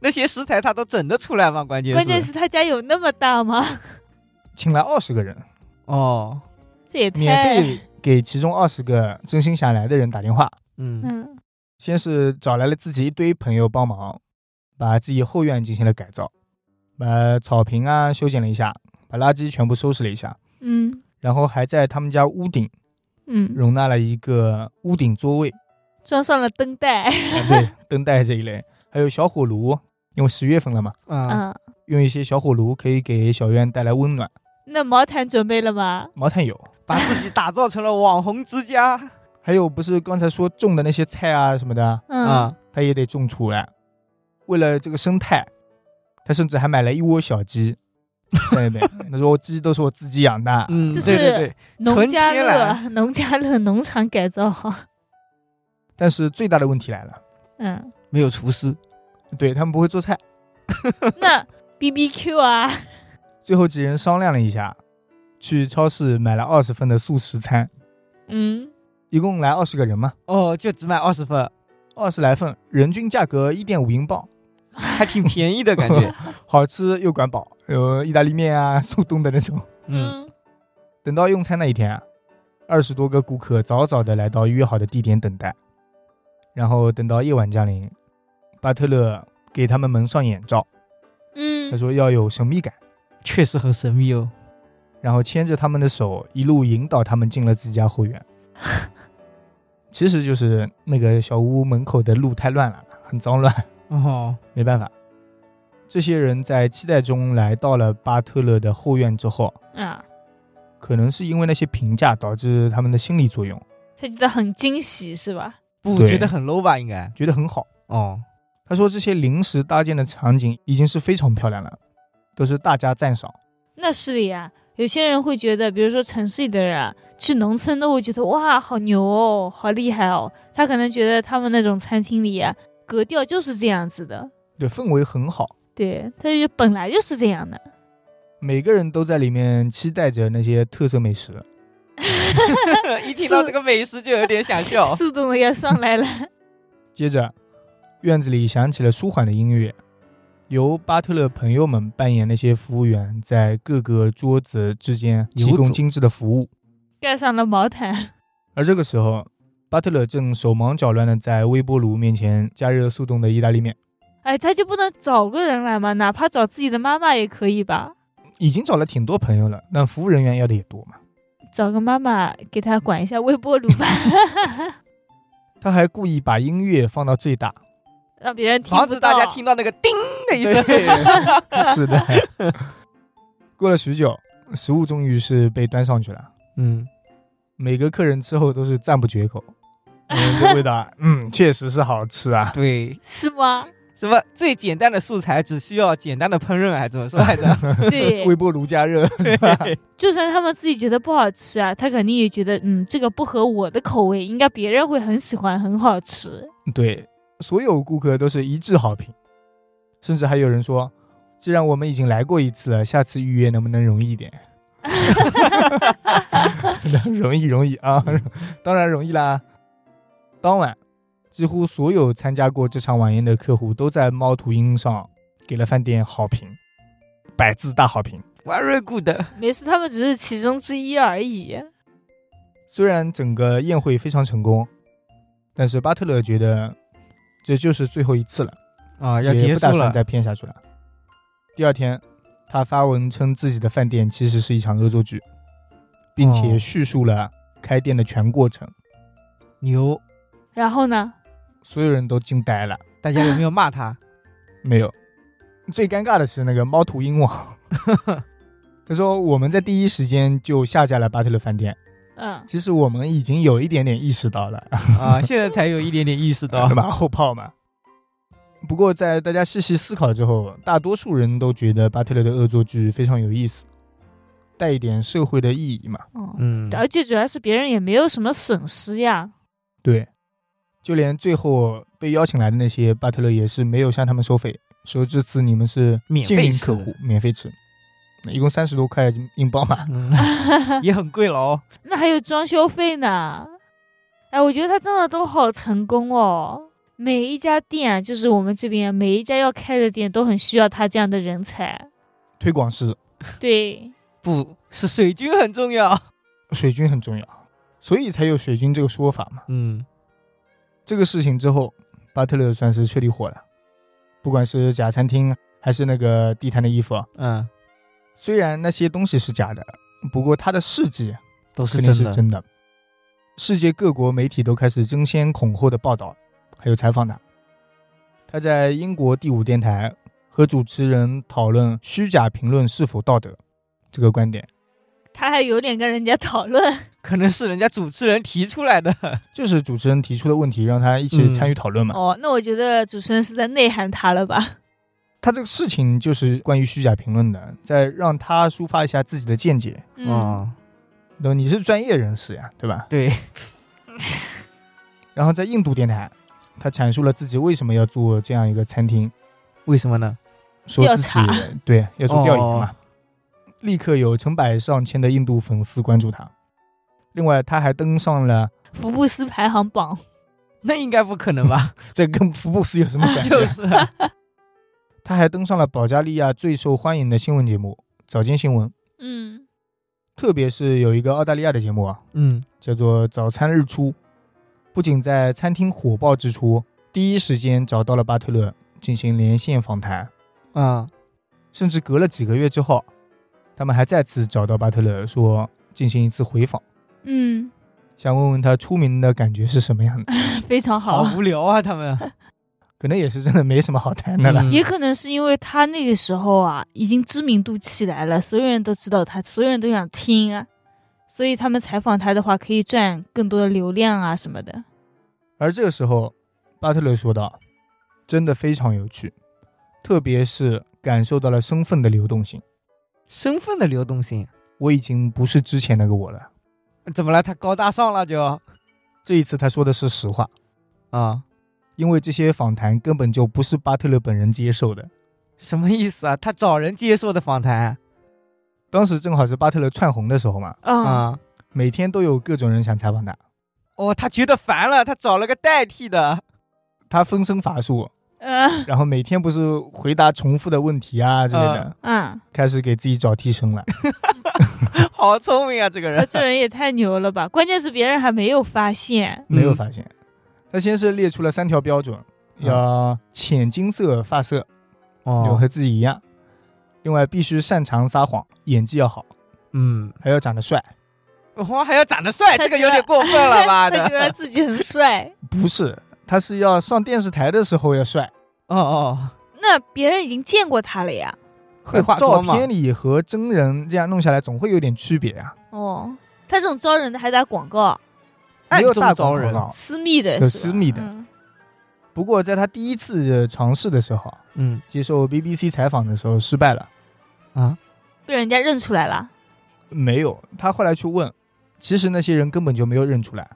Speaker 3: 那些食材他都整得出来吗？关键
Speaker 2: 关键是他家有那么大吗？
Speaker 1: 请来二十个人，
Speaker 3: 哦，
Speaker 2: 这也
Speaker 1: 免
Speaker 2: 太……
Speaker 1: 费给其中二十个真心想来的人打电话，
Speaker 3: 嗯
Speaker 2: 嗯
Speaker 1: 先是找来了自己一堆朋友帮忙，把自己后院进行了改造，把草坪啊修剪了一下，把垃圾全部收拾了一下，
Speaker 2: 嗯
Speaker 1: 然后还在他们家屋顶
Speaker 2: 嗯，
Speaker 1: 容纳了一个屋顶座位，
Speaker 2: 装上了灯带。
Speaker 1: 啊对，灯带这一类，还有小火炉，因为十月份了嘛，
Speaker 3: 啊，
Speaker 2: 嗯，
Speaker 1: 用一些小火炉可以给小院带来温暖。
Speaker 2: 那毛毯准备了吗？
Speaker 1: 毛毯有，
Speaker 3: 把自己打造成了网红之家
Speaker 1: 还有不是刚才说种的那些菜啊什么的，
Speaker 2: 嗯，
Speaker 3: 啊，
Speaker 1: 他也得种出来。为了这个生态，他甚至还买了一窝小鸡，在那边。他说鸡都是我自己养的。
Speaker 3: 嗯，
Speaker 2: 这
Speaker 3: 对对
Speaker 2: 是
Speaker 3: 对，
Speaker 2: 农家
Speaker 3: 纯天
Speaker 2: 乐，
Speaker 3: 然
Speaker 2: 农家乐农场改造 好。
Speaker 1: 但是最大的问题来了，
Speaker 2: 嗯，
Speaker 3: 没有厨师，
Speaker 1: 对他们不会做菜。
Speaker 2: 那 B B Q 啊，
Speaker 1: 最后几人商量了一下，去超市买了二十份的素食餐，
Speaker 2: 嗯，
Speaker 1: 一共来二十个人嘛，
Speaker 3: 哦，就只卖二十份，
Speaker 1: 二十来份，人均价格一点五英镑，
Speaker 3: 还挺便宜的感 觉，
Speaker 1: 好吃又管饱，有意大利面啊、速冻的那种。
Speaker 3: 嗯，
Speaker 2: 嗯，
Speaker 1: 等到用餐那一天啊，二十多个顾客早早的来到约好的地点等待，然后等到夜晚降临，巴特勒给他们蒙上眼罩，他
Speaker 2: 嗯，
Speaker 1: 说要有神秘感，
Speaker 3: 确实很神秘哦。
Speaker 1: 然后牵着他们的手一路引导他们进了自家后院。其实就是那个小屋门口的路太乱了，很脏乱，
Speaker 3: 哦，
Speaker 1: 没办法。这些人在期待中来到了巴特勒的后院之后，
Speaker 2: 啊，
Speaker 1: 可能是因为那些评价导致他们的心理作用，
Speaker 2: 他觉得很惊喜是吧？
Speaker 3: 不
Speaker 1: 对
Speaker 3: 觉得很 low 吧？应该
Speaker 1: 觉得很好。
Speaker 3: 哦，
Speaker 1: 他说这些临时搭建的场景已经是非常漂亮了，都是大家赞赏。
Speaker 2: 那是的呀，有些人会觉得，比如说城市里的人啊去农村都会觉得哇，好牛哦，好厉害哦。他可能觉得他们那种餐厅里啊，格调就是这样子的，
Speaker 1: 对，氛围很好，
Speaker 2: 对，他就本来就是这样的。。
Speaker 1: 每个人都在里面期待着那些特色美食。
Speaker 3: 一听到这个美食就有点想笑
Speaker 2: 速度要上来了，
Speaker 1: 接着，院子里响起了舒缓的音乐，由巴特勒朋友们扮演那些服务员，在各个桌子之间提
Speaker 3: 游
Speaker 1: 供
Speaker 3: 走
Speaker 1: 精致的服务。
Speaker 2: 盖上了毛毯。
Speaker 1: 而这个时候，巴特勒正手忙脚乱地在微波炉面前加热速冻的意大利面，
Speaker 2: 哎，他就不能找个人来吗？哪怕找自己的妈妈也可以吧？
Speaker 1: 已经找了挺多朋友了，但服务人员要的也多嘛。
Speaker 2: 找个妈妈给他管一下微波炉吧，
Speaker 1: 他还故意把音乐放到最大，
Speaker 2: 让别人听
Speaker 3: 防
Speaker 2: 不
Speaker 3: 止
Speaker 2: 到。
Speaker 3: 大家听到那个“叮”的一声。
Speaker 1: 是的。过了许久，食物终于是被端上去了。
Speaker 3: 嗯，
Speaker 1: 每个客人吃后都是赞不绝口，嗯，这味道啊，嗯，确实是好吃啊。
Speaker 3: 对，
Speaker 2: 是吗？
Speaker 3: 什么最简单的素材只需要简单的烹饪，还怎么说 来着？
Speaker 2: 对，
Speaker 1: 微波炉加热，是吧？
Speaker 2: 就算他们自己觉得不好吃啊，他肯定也觉得，嗯，这个不合我的口味，应该别人会很喜欢，很好吃。
Speaker 1: 对，所有顾客都是一致好评，甚至还有人说，既然我们已经来过一次了，下次预约能不能容易一点？ 容易容易啊，当然容易啦。当晚，几乎所有参加过这场晚宴的客户都在猫头鹰上给了饭店好评，百字大好评。
Speaker 3: ，very good。
Speaker 2: 没事，他们只是其中之一而已。
Speaker 1: 虽然整个宴会非常成功，但是巴特勒觉得这就是最后一次了。
Speaker 3: 啊，
Speaker 1: 也
Speaker 3: 要结
Speaker 1: 不打
Speaker 3: 束
Speaker 1: 算
Speaker 3: 了。
Speaker 1: 再骗下去了。第二天，他发文称自己的饭店其实是一场恶作剧，并且
Speaker 3: 哦
Speaker 1: 叙述了开店的全过程。
Speaker 3: 牛，
Speaker 2: 然后呢？
Speaker 1: 所有人都惊呆了。
Speaker 3: 大家有没有骂 他？
Speaker 1: 没有，最尴尬的是那个猫头鹰网， 他说我们在第一时间就下架了巴特勒饭店。
Speaker 2: 嗯，
Speaker 1: 其实我们已经有一点点意识到了，
Speaker 3: 啊，现在才有一点点意识到
Speaker 1: 马后炮嘛。不过，在大家细细思考之后，大多数人都觉得巴特勒的恶作剧非常有意思，带一点社会的意义嘛。
Speaker 2: 哦，
Speaker 3: 嗯
Speaker 2: 而且主要是别人也没有什么损失呀。
Speaker 1: 对，就连最后被邀请来的那些巴特勒也是没有向他们收费，说这次你们是
Speaker 3: 免
Speaker 1: 幸
Speaker 3: 费
Speaker 1: 运
Speaker 3: 吃
Speaker 1: 客
Speaker 3: 的
Speaker 1: 户，免费吃，一共三十多块英镑嘛。
Speaker 3: 嗯也很贵了哦。
Speaker 2: 那还有装修费呢。哎，我觉得他真的都好成功哦。每一家店啊，就是我们这边每一家要开的店都很需要他这样的人才。
Speaker 1: 推广是
Speaker 2: 对，
Speaker 3: 不是水军很重要。
Speaker 1: 水军很重要，所以才有水军这个说法嘛。
Speaker 3: 嗯，
Speaker 1: 这个事情之后，巴特勒算是彻底火了，不管是假餐厅还是那个地摊的衣服啊，
Speaker 3: 嗯，
Speaker 1: 虽然那些东西是假的，不过他的事迹
Speaker 3: 都是
Speaker 1: 肯定
Speaker 3: 真
Speaker 1: 是
Speaker 3: 的。
Speaker 1: 真的。世界各国媒体都开始争先恐后的报道，还有采访他。他在英国第五电台和主持人讨论虚假评论是否道德这个观点，
Speaker 2: 他还有脸跟人家讨论。
Speaker 3: 可能是人家主持人提出来的。
Speaker 1: 就是主持人提出的问题，让他一
Speaker 3: 嗯
Speaker 1: 起参与讨论嘛。
Speaker 2: 哦，那我觉得主持人是在内涵他了吧？
Speaker 1: 他这个事情就是关于虚假评论的，再让他抒发一下自己的见解。
Speaker 3: 啊
Speaker 2: 嗯，，
Speaker 1: 那你是专业人士呀，对吧？
Speaker 3: 对，
Speaker 1: 然后在印度电台，他阐述了自己为什么要做这样一个餐厅，
Speaker 3: 为什 么呢？
Speaker 1: 说自己
Speaker 2: 调
Speaker 1: 对要做调研嘛
Speaker 3: 哦，
Speaker 1: 立刻有成百上千的印度粉丝关注他。另外，他还登上了，
Speaker 2: 福布斯排行榜。
Speaker 3: 那应该不可能吧？
Speaker 1: 这跟福布斯有什么关系
Speaker 3: 就
Speaker 1: 啊？
Speaker 3: 是，
Speaker 1: 他还登上了保加利亚最受欢迎的新闻节目《早间新闻》，
Speaker 2: 嗯，
Speaker 1: 特别是有一个澳大利亚的节目啊，
Speaker 3: 嗯，
Speaker 1: 叫做《早餐日出》，不仅在餐厅火爆之初第一时间找到了巴特勒进行连线访谈，
Speaker 3: 啊，
Speaker 1: 甚至隔了几个月之后，他们还再次找到巴特勒说进行一次回访，
Speaker 2: 嗯，
Speaker 1: 想问问他出名的感觉是什么样的。
Speaker 2: 非常好。
Speaker 3: 好无聊啊，他们。
Speaker 1: 可能也是真的没什么好谈的了。
Speaker 3: 嗯
Speaker 2: 也可能是因为他那个时候啊，已经知名度起来了，所有人都知道他，所有人都想听啊，所以他们采访他的话，可以赚更多的流量啊什么的。
Speaker 1: 而这个时候，巴特勒说道：“真的非常有趣，特别是感受到了身份的流动性。
Speaker 3: 身份的流动性
Speaker 1: 我已经不是之前那个我了。
Speaker 3: 怎么了？他高大上了就
Speaker 1: 这一次他说的是实话，
Speaker 3: 啊？
Speaker 1: 因为这些访谈根本就不是巴特勒本人接受的。
Speaker 3: 什么意思啊？他找人接受的访谈
Speaker 1: 当时正好是巴特勒窜红的时候嘛，
Speaker 2: 啊、
Speaker 3: 啊？
Speaker 1: 每天都有各种人想采访他。
Speaker 3: 哦，他觉得烦了，他找了个代替的。
Speaker 1: 他分身乏术，
Speaker 2: 嗯，
Speaker 1: 然后每天不是回答重复的问题啊之类的，
Speaker 3: 嗯
Speaker 2: 嗯，
Speaker 1: 开始给自己找替 身了。
Speaker 3: 好聪明啊，这个
Speaker 2: 他
Speaker 3: 人。
Speaker 2: 这人也太牛了吧！关键是别人还没有发现。
Speaker 1: 没有
Speaker 3: 嗯
Speaker 1: 发现。他先是列出了三条标准，
Speaker 3: 嗯
Speaker 1: 要浅金色发色，有
Speaker 3: 哦
Speaker 1: 和，自己一样，另外必须擅长撒谎，演技要好，
Speaker 3: 嗯，
Speaker 1: 还要长得帅。
Speaker 3: 哇，还要长得帅，
Speaker 2: 他
Speaker 3: 这个
Speaker 2: 觉
Speaker 3: 有
Speaker 2: 得
Speaker 3: 点过分了 吧
Speaker 2: 他觉
Speaker 3: 的。
Speaker 2: 得自己很帅，
Speaker 1: 不是，他是要上电视台的时候要帅，
Speaker 3: 哦哦，
Speaker 2: 那别人已经见过他了呀。
Speaker 3: 会化
Speaker 1: 照
Speaker 3: 妆吗？
Speaker 1: 片里和真人这样弄下来总会有点区别啊，
Speaker 2: 哦，他这种招人的还打广告，
Speaker 1: 没有
Speaker 3: 暗中
Speaker 1: 大
Speaker 3: 哎招
Speaker 1: 广
Speaker 3: 人
Speaker 1: 告。
Speaker 2: 私密的是
Speaker 1: 有
Speaker 2: 吧，
Speaker 1: 私密的
Speaker 2: 嗯
Speaker 1: 不过在他第一次尝试的时候，
Speaker 3: 嗯
Speaker 1: 接受 BBC 采访的时候失败了，
Speaker 3: 啊，
Speaker 2: 被人家认出来了。
Speaker 1: 没有。他后来去问，其实那些人根本就没有认出来，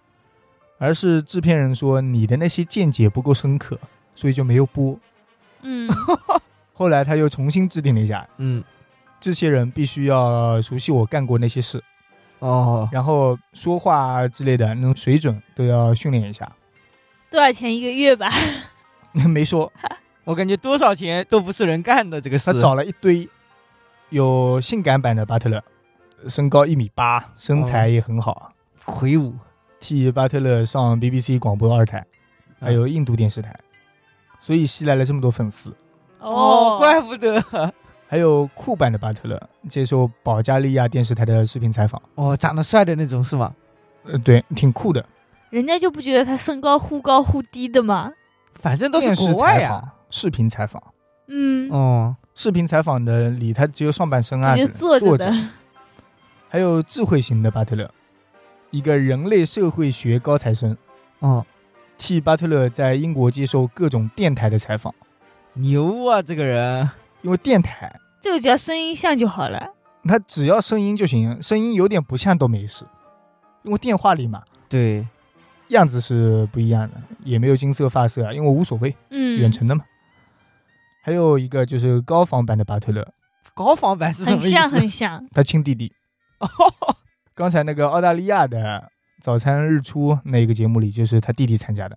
Speaker 1: 而是制片人说你的那些见解不够深刻，所以就没有播。
Speaker 2: 嗯，
Speaker 1: 后来他又重新制定了一下，
Speaker 3: 嗯，
Speaker 1: 这些人必须要熟悉我干过那些事，
Speaker 3: 哦，
Speaker 1: 然后说话之类的那种水准都要训练一下。
Speaker 2: 多少钱一个月吧？
Speaker 1: 没说，
Speaker 3: 我感觉多少钱都不是人干的这个事。
Speaker 1: 他找了一堆有性感版的巴特勒，身高一米八，身材也很好，
Speaker 3: 魁梧，
Speaker 1: 替巴特勒上 BBC 广播二台，还有印度电视台，所以吸来了这么多粉丝。
Speaker 3: 哦，怪不得
Speaker 1: 还有酷版的巴特勒接受保加利亚电视台的视频采访，
Speaker 3: 哦，长得帅的那种是吗？
Speaker 1: 呃，对，挺酷的。
Speaker 2: 人家就不觉得他身高忽高忽低的吗？
Speaker 3: 反正都是
Speaker 1: 电视
Speaker 3: 国外
Speaker 1: 采
Speaker 3: 呀、
Speaker 1: 访、视频采访。
Speaker 2: 嗯，
Speaker 3: 哦，
Speaker 1: 视频采访的里，他只有上半身啊，
Speaker 2: 就
Speaker 1: 之
Speaker 2: 是
Speaker 1: 类的
Speaker 2: 坐着
Speaker 1: 坐
Speaker 2: 的，
Speaker 1: 着，还有智慧型的巴特勒，一个人类社会学高材生，
Speaker 3: 哦，
Speaker 1: 替巴特勒在英国接受各种电台的采访，
Speaker 3: 牛啊，这个人。
Speaker 1: 因为电台
Speaker 2: 这个只要声音像就好了。
Speaker 1: 他只要声音就行，声音有点不像都没事，因为电话里嘛，
Speaker 3: 对，
Speaker 1: 样子是不一样的，也没有金色发色啊，因为无所谓，
Speaker 2: 嗯，
Speaker 1: 远程的嘛。还有一个就是高仿版的巴特勒，
Speaker 3: 高仿版是什
Speaker 2: 很
Speaker 3: 么意思？
Speaker 2: 像很像。
Speaker 1: 他亲弟弟，
Speaker 3: 哦，。
Speaker 1: 刚才那个澳大利亚的早餐日出那个节目里，就是他弟弟参加的。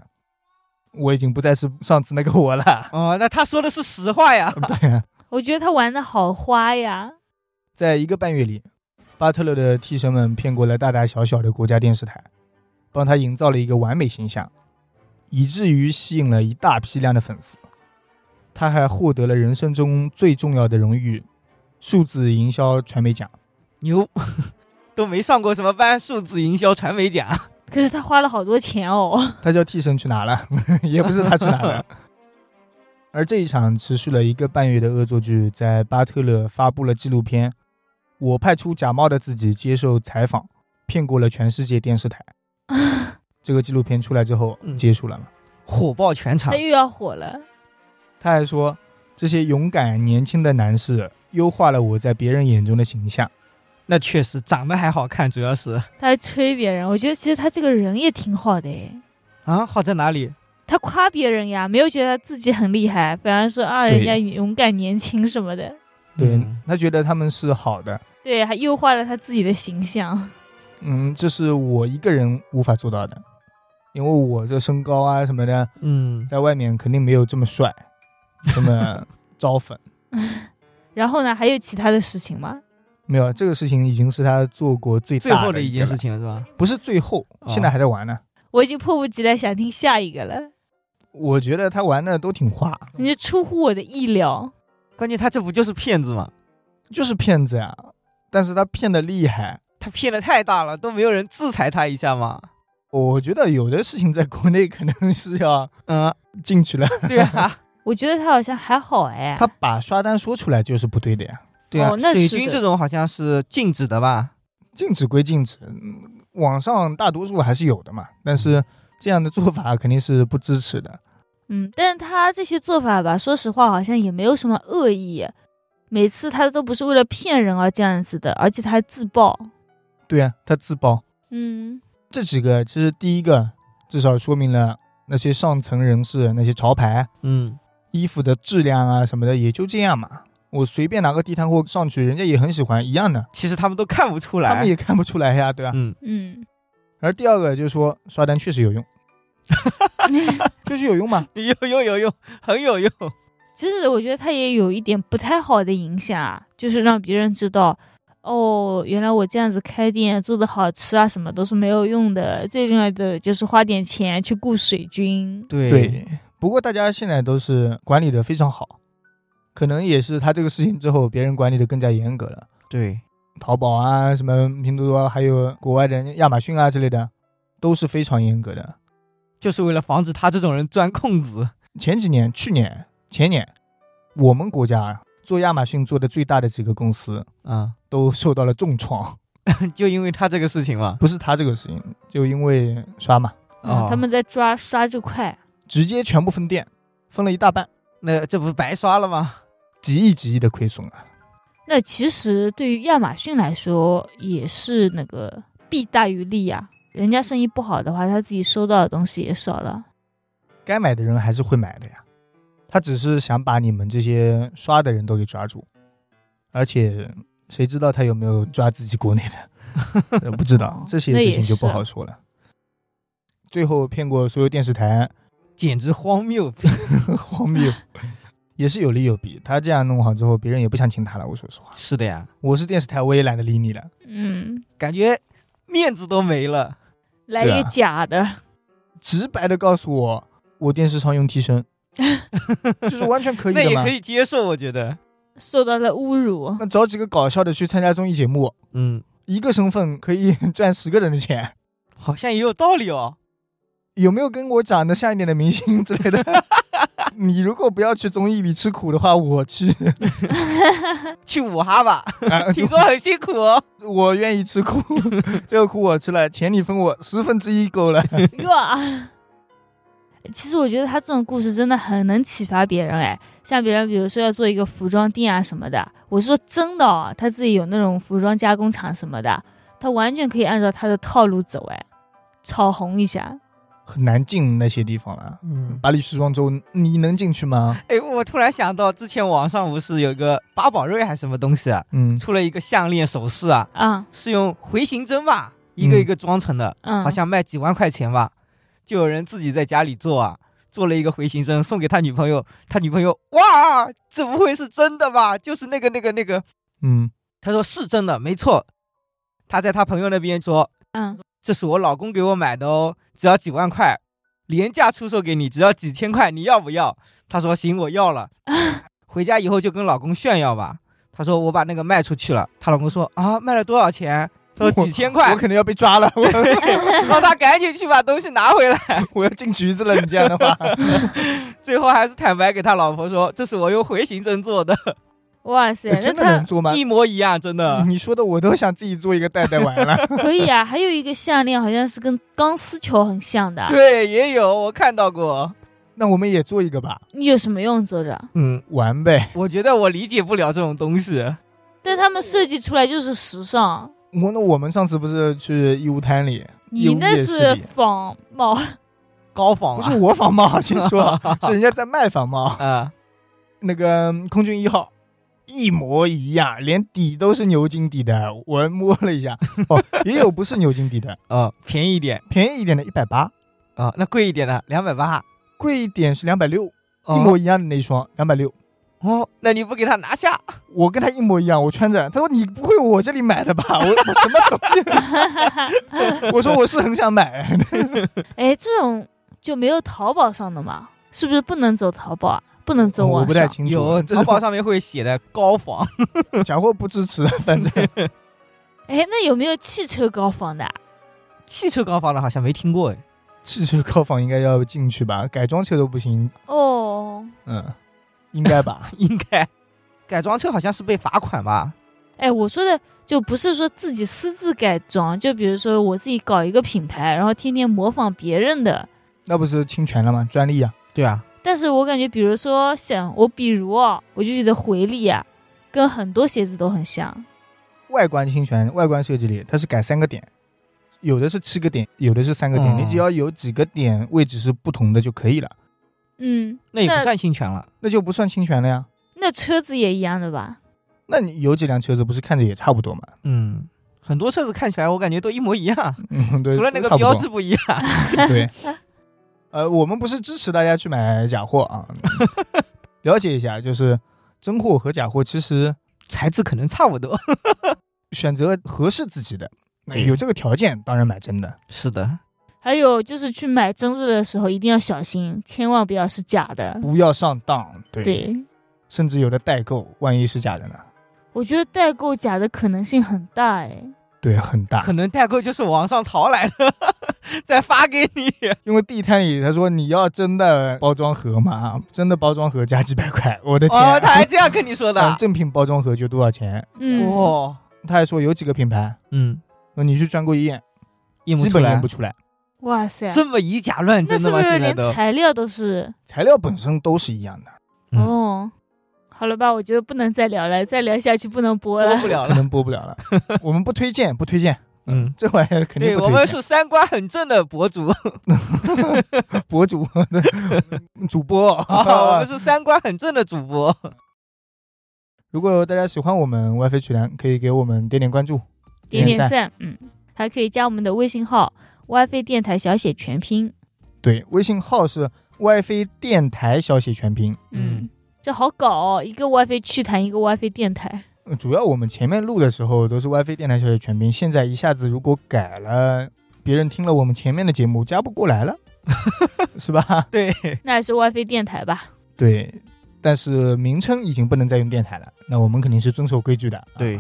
Speaker 1: 我已经不再是上次那个我了
Speaker 3: 哦，那他说的是实话呀。
Speaker 1: 对、啊，
Speaker 2: 我觉得他玩的好花呀。
Speaker 1: 在一个半月里，巴特勒的替身们骗过了大大小小的国家电视台，帮他营造了一个完美形象，以至于吸引了一大批量的粉丝。他还获得了人生中最重要的荣誉——数字营销传媒奖。
Speaker 3: 牛， 都没上过什么班，数字营销传媒奖。
Speaker 2: 可是他花了好多钱哦。
Speaker 1: 他叫替身去拿了， 也不是他去拿的。而这一场持续了一个半月的恶作剧，在巴特勒发布了纪录片《我派出假冒的自己接受采访》，骗过了全世界电视台。这个纪录片出来之后
Speaker 3: 嗯
Speaker 1: 结束了嘛？
Speaker 3: 火爆全场
Speaker 2: 他，又要火了。
Speaker 1: 他还说，这些勇敢年轻的男士优化了我在别人眼中的形象。
Speaker 3: 那确实长得还好看，主要是
Speaker 2: 他还吹别人，我觉得其实他这个人也挺好的诶。
Speaker 3: 啊，好在哪里？
Speaker 2: 他夸别人呀，没有觉得他自己很厉害，反而说啊，
Speaker 1: 对
Speaker 2: 人家勇敢、年轻什么的。
Speaker 1: 对、
Speaker 3: 嗯
Speaker 1: 他觉得他们是好的，
Speaker 2: 对，还优化了他自己的形象。
Speaker 1: 嗯，这是我一个人无法做到的，因为我这身高啊什么的，
Speaker 3: 嗯，
Speaker 1: 在外面肯定没有这么 帅，这么招粉。
Speaker 2: 然后呢，还有其他的事情吗？
Speaker 1: 没有，这个事情已经是他做过最
Speaker 3: 最
Speaker 1: 大
Speaker 3: 后的
Speaker 1: 一
Speaker 3: 一件
Speaker 1: 个
Speaker 3: 事
Speaker 1: 了，
Speaker 3: 情了是吧？
Speaker 1: 不是最后，
Speaker 3: 哦
Speaker 1: 现在还在玩呢。
Speaker 2: 我已经迫不及待想听下一个了，
Speaker 1: 我觉得他玩的都挺花，
Speaker 2: 你就出乎我的意料。
Speaker 3: 关键他这不就是骗子吗？
Speaker 1: 就是骗子呀，但是他骗的厉害。
Speaker 3: 他骗的太大了，都没有人制裁他一下吗？
Speaker 1: 我觉得有的事情在国内可能是要
Speaker 3: 嗯，
Speaker 1: 进去了，
Speaker 3: 对啊，
Speaker 2: 我觉得他好像还好哎，
Speaker 1: 他把刷单说出来就是不对的呀。
Speaker 3: 对啊，
Speaker 2: 哦那
Speaker 3: 水
Speaker 2: 是
Speaker 3: 军
Speaker 2: 的
Speaker 3: 这种好像是禁止的吧？
Speaker 1: 禁止归禁止，嗯网上大多数还是有的嘛，但是这样的做法肯定是不支持的。
Speaker 2: 嗯，但是他这些做法吧，说实话好像也没有什么恶意，每次他都不是为了骗人而这样子的，而且他还自爆。
Speaker 1: 对啊，他自爆
Speaker 2: 嗯，
Speaker 1: 这几个，其实第一个至少说明了那些上层人士、那些潮牌
Speaker 3: 嗯，
Speaker 1: 衣服的质量啊什么的也就这样嘛。我随便拿个地摊货上去，人家也很喜欢，一样的，
Speaker 3: 其实他们都看不出来。
Speaker 1: 他们也看不出来呀， 对吧、
Speaker 3: 嗯，
Speaker 2: 嗯，
Speaker 1: 而第二个就是说刷单确实有用，确实有用嘛。
Speaker 3: 有用有用，很有用。
Speaker 2: 其实我觉得他也有一点不太好的影响啊，就是让别人知道，哦，原来我这样子开店做的好吃啊，什么都是没有用的。最重要的就是花点钱去雇水军。
Speaker 3: 对
Speaker 1: 对，不过大家现在都是管理的非常好，可能也是他这个事情之后，别人管理的更加严格了。
Speaker 3: 对
Speaker 1: 淘宝啊、什么拼多多，还有国外的亚马逊啊之类的，都是非常严格的。
Speaker 3: 就是为了防止他这种人钻空子。
Speaker 1: 前几年、去年、前年，我们国家啊做亚马逊做的最大的几个公司
Speaker 3: 啊、
Speaker 1: 都受到了重创，
Speaker 3: 就因为他这个事情嘛。
Speaker 1: 不是他这个事情，就因为刷嘛，
Speaker 2: 嗯，
Speaker 3: 哦
Speaker 2: 他们在抓刷这块。
Speaker 1: 直接全部分店，分了一大半，
Speaker 3: 那这不白刷了吗？
Speaker 1: 几亿几亿的亏损啊！
Speaker 2: 那其实对于亚马逊来说，也是那个弊大于利呀、人家生意不好的话，他自己收到的东西也少了。
Speaker 1: 该买的人还是会买的呀，他只是想把你们这些刷的人都给抓住，而且谁知道他有没有抓自己国内的， 呃不知道
Speaker 2: 哦
Speaker 1: 这些
Speaker 2: 那
Speaker 1: 事
Speaker 2: 也
Speaker 1: 情就不
Speaker 2: 是
Speaker 1: 好说了。最后骗过所有电视台，
Speaker 3: 简直荒谬！
Speaker 1: 荒谬，也是有利有弊。他这样弄好之后，别人也不想请他了。我说实话，
Speaker 3: 是的呀，
Speaker 1: 我是电视台，我也懒得理你了。
Speaker 2: 嗯，
Speaker 3: 感觉面子都没了。
Speaker 2: 来
Speaker 1: 对啊
Speaker 2: 一个假的，
Speaker 1: 直白的告诉我，我电视上用替 身，就是完全可以
Speaker 3: 那
Speaker 1: 的
Speaker 3: 也
Speaker 1: 嘛
Speaker 3: 可。以接受，我觉得。
Speaker 2: 受到了侮辱。
Speaker 1: 那找几个搞笑的去参加综艺节目，
Speaker 3: 嗯，
Speaker 1: 一个身份可以 赚十个人的钱，
Speaker 3: 好像也有道理哦。
Speaker 1: 有没有跟我长得像一点的明星 之类的？你如果不要去综艺里吃苦的话，我去，
Speaker 3: 去五哈吧，
Speaker 1: 啊
Speaker 3: 听说很辛苦哦。
Speaker 1: 我愿意吃苦， 这个苦我吃了，钱你分我十分之一够了。
Speaker 2: 哇！ 其实我觉得他这种故事真的很能启发别人哎，像别人比如说要做一个服装店啊什么的，我是说真的哦，他自己有那种服装加工厂什么的，他完全可以按照他的套路走哎，炒红一下。
Speaker 1: 很难进那些地方了。
Speaker 3: 嗯，
Speaker 1: 巴黎时装周，你能进去吗？
Speaker 3: 哎，我突然想到，之前网上不是有个巴宝瑞还是什么东西啊，
Speaker 1: 嗯，
Speaker 3: 出了一个项链首饰啊，
Speaker 2: 啊，
Speaker 3: 是用回形针吧，一个一个装成的，
Speaker 2: 嗯，
Speaker 3: 好像卖几万块钱吧，就有人自己在家里做啊，做了一个回形针送给他女朋友，他女朋友哇，这不会是真的吧？就是那个那个那个，
Speaker 1: 嗯，
Speaker 3: 他说是真的，没错。他在他朋友那边说，
Speaker 2: 嗯，
Speaker 3: 这是我老公给我买的哦，只要几万块，廉价出售给你，只要几千块，你要不要？他说行，我要了。回家以后就跟老公炫耀吧。他说我把那个卖出去了。她老公说啊，卖了多少钱？他说几千块
Speaker 1: 我，可能要被抓了， 我
Speaker 3: 让他赶紧去把东西拿回来。
Speaker 1: 我要进局子了。你这样的 话，
Speaker 3: 最后还是坦白给他老婆说，这是我用回形针做的，
Speaker 2: 哇塞，那
Speaker 1: 哎真的能
Speaker 2: 他
Speaker 1: 做吗？啊
Speaker 3: 一模一样，真的。
Speaker 1: 你说的我都想自己做一个带带玩 了。
Speaker 2: 可以啊。还有一个项链好像是跟钢丝球很像的，啊
Speaker 3: 对，也有我看到过。
Speaker 1: 那我们也做一个吧，
Speaker 2: 你有什么用做着？
Speaker 3: 嗯，
Speaker 1: 玩呗。
Speaker 3: 我觉得我理解不了这种东西。
Speaker 2: 但他们设计出来就是时尚，
Speaker 1: 我那我们上次不是去义乌滩里，
Speaker 2: 你那是仿冒
Speaker 3: 高仿
Speaker 1: 不
Speaker 3: 啊
Speaker 1: 是我仿冒，先说啊 是人家在卖仿冒，
Speaker 3: 啊，
Speaker 1: 那个空军一号。一模一样，连底都是牛筋底的。我摸了一下，哦，也有不是牛筋底的，
Speaker 3: 哦，便宜一点哦
Speaker 1: 便宜一点的，一百八，
Speaker 3: 啊、那贵一点的两百八，哦
Speaker 1: 贵一点是两百六，一模一样的那一双，两百六。哦，
Speaker 3: 那你不给他拿下？
Speaker 1: 我跟他一模一样，我穿着。他说你不会我这里买的吧？ 我我什么东 西？我说我是很想买。
Speaker 2: 哎，这种就没有淘宝上的嘛？是不是不能走淘宝啊？不能走
Speaker 1: 哦我
Speaker 2: 网
Speaker 1: 不
Speaker 2: 上
Speaker 1: 太？清楚。
Speaker 3: 有，淘宝上面会写的高仿，
Speaker 1: 假货不支持， 反正
Speaker 2: 哎，那有没有汽车高仿的啊？
Speaker 3: 汽车高仿的好像没听过哎。
Speaker 1: 汽车高仿应该要进去吧？改装车都不行，
Speaker 2: 哦，
Speaker 1: 嗯，应该 吧？
Speaker 3: 应该改装车好像是被罚款吧？
Speaker 2: 哎，我说的就不是说自己私自改装，就比如说我自己搞一个品牌，然后天天模仿别人的。
Speaker 1: 那不是侵权了吗？专利啊，
Speaker 3: 对啊，
Speaker 2: 但是我感觉，比如说像我，比如哦，我就觉得回力啊，跟很多鞋子都很像。
Speaker 1: 外观侵权，外观设计里它是改三个点，有的是七个点，有的是三个点，
Speaker 3: 哦
Speaker 1: 你只要有几个点位置是不同的就可以了，
Speaker 2: 嗯，
Speaker 3: 那也不算侵权了。
Speaker 1: 那就不算侵权了呀。
Speaker 2: 那车子也一样的吧？
Speaker 1: 那你有几辆车子不是看着也差不多嘛？
Speaker 3: 嗯，很多车子看起来我感觉都一模一样，
Speaker 1: 嗯，对，
Speaker 3: 除了那
Speaker 1: 都
Speaker 3: 个
Speaker 1: 差不多
Speaker 3: 标志不一样。
Speaker 1: 对， 呃，我们不是支持大家去买假货啊， 了解一下，就是真货和假货其实
Speaker 3: 材质可能差不多。
Speaker 1: 选择合适自己的，那
Speaker 3: 对
Speaker 1: 有这个条件当然买真的。
Speaker 3: 是的，
Speaker 2: 还有就是去买真的的时候一定要小心，千万不要是假的。
Speaker 1: 不要上当，对，
Speaker 2: 对，
Speaker 1: 甚至有的代购，万一是假的呢？
Speaker 2: 我觉得代购假的可能性很大哎。
Speaker 1: 对，很大
Speaker 3: 可，能代购就是网上淘来的， 再发给你。哦
Speaker 1: 因为地摊里他说你要真的包装盒嘛，真的包装盒加几百块，我的天啊、
Speaker 3: 哦，他还这样跟你说
Speaker 1: 嗯
Speaker 3: 的。啊
Speaker 1: 正品包装盒就多少钱？
Speaker 2: 嗯，
Speaker 3: 哇，
Speaker 1: 他还说有几个品牌，
Speaker 3: 嗯，
Speaker 1: 那你去专柜一验，
Speaker 3: 验不
Speaker 1: 基
Speaker 3: 出
Speaker 1: 本验
Speaker 3: 来
Speaker 1: 不，出来，
Speaker 2: 哇塞，
Speaker 3: 这么以假乱
Speaker 2: 那
Speaker 3: 真
Speaker 2: 是
Speaker 3: 的
Speaker 2: 不
Speaker 3: 吗？
Speaker 2: 是
Speaker 3: 现在
Speaker 2: 连
Speaker 3: 都
Speaker 2: 材料都是？
Speaker 1: 材料本身都是一样的，
Speaker 3: 嗯
Speaker 2: 哦，好了吧，我觉得不能再聊了，再聊下去不能播
Speaker 3: 播
Speaker 2: 了。
Speaker 3: 不了
Speaker 1: 可
Speaker 3: 了。
Speaker 1: 能播不了 了。我们不推荐，不推荐，
Speaker 3: 嗯，
Speaker 1: 这玩意儿肯定
Speaker 3: 对
Speaker 1: 不
Speaker 3: 我们
Speaker 1: 推荐。
Speaker 3: 是三观很正的博 主
Speaker 1: 博 主主播
Speaker 3: 啊，我们是三观很正的主播。
Speaker 1: 如果大家喜欢我们 WiFi 曲谈，可以给我们点点关注，
Speaker 2: 点
Speaker 1: 点
Speaker 2: 点赞，嗯，还可以加我们的微信号 WiFi 电台小写全拼，
Speaker 1: 对，微信号是 WiFi 电台小写全拼。
Speaker 2: 嗯，
Speaker 3: 嗯
Speaker 2: 这好搞哦，一个 WiFi 趣谈，一个 WiFi 电台，
Speaker 1: 呃主要我们前面录的时候都是 WiFi 电台小写全拼，现在一下子如果改了，别人听了我们前面的节目加不过来了， 是吧？
Speaker 3: 对，
Speaker 2: 那还是 WiFi 电台吧。
Speaker 1: 对，但是名称已经不能再用电台了，那我们肯定是遵守规矩的。啊
Speaker 3: 对，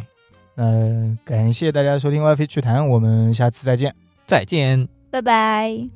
Speaker 1: 那、感谢大家收听 WiFi 趣谈，我们下次再见。
Speaker 3: 再见。
Speaker 2: 拜拜。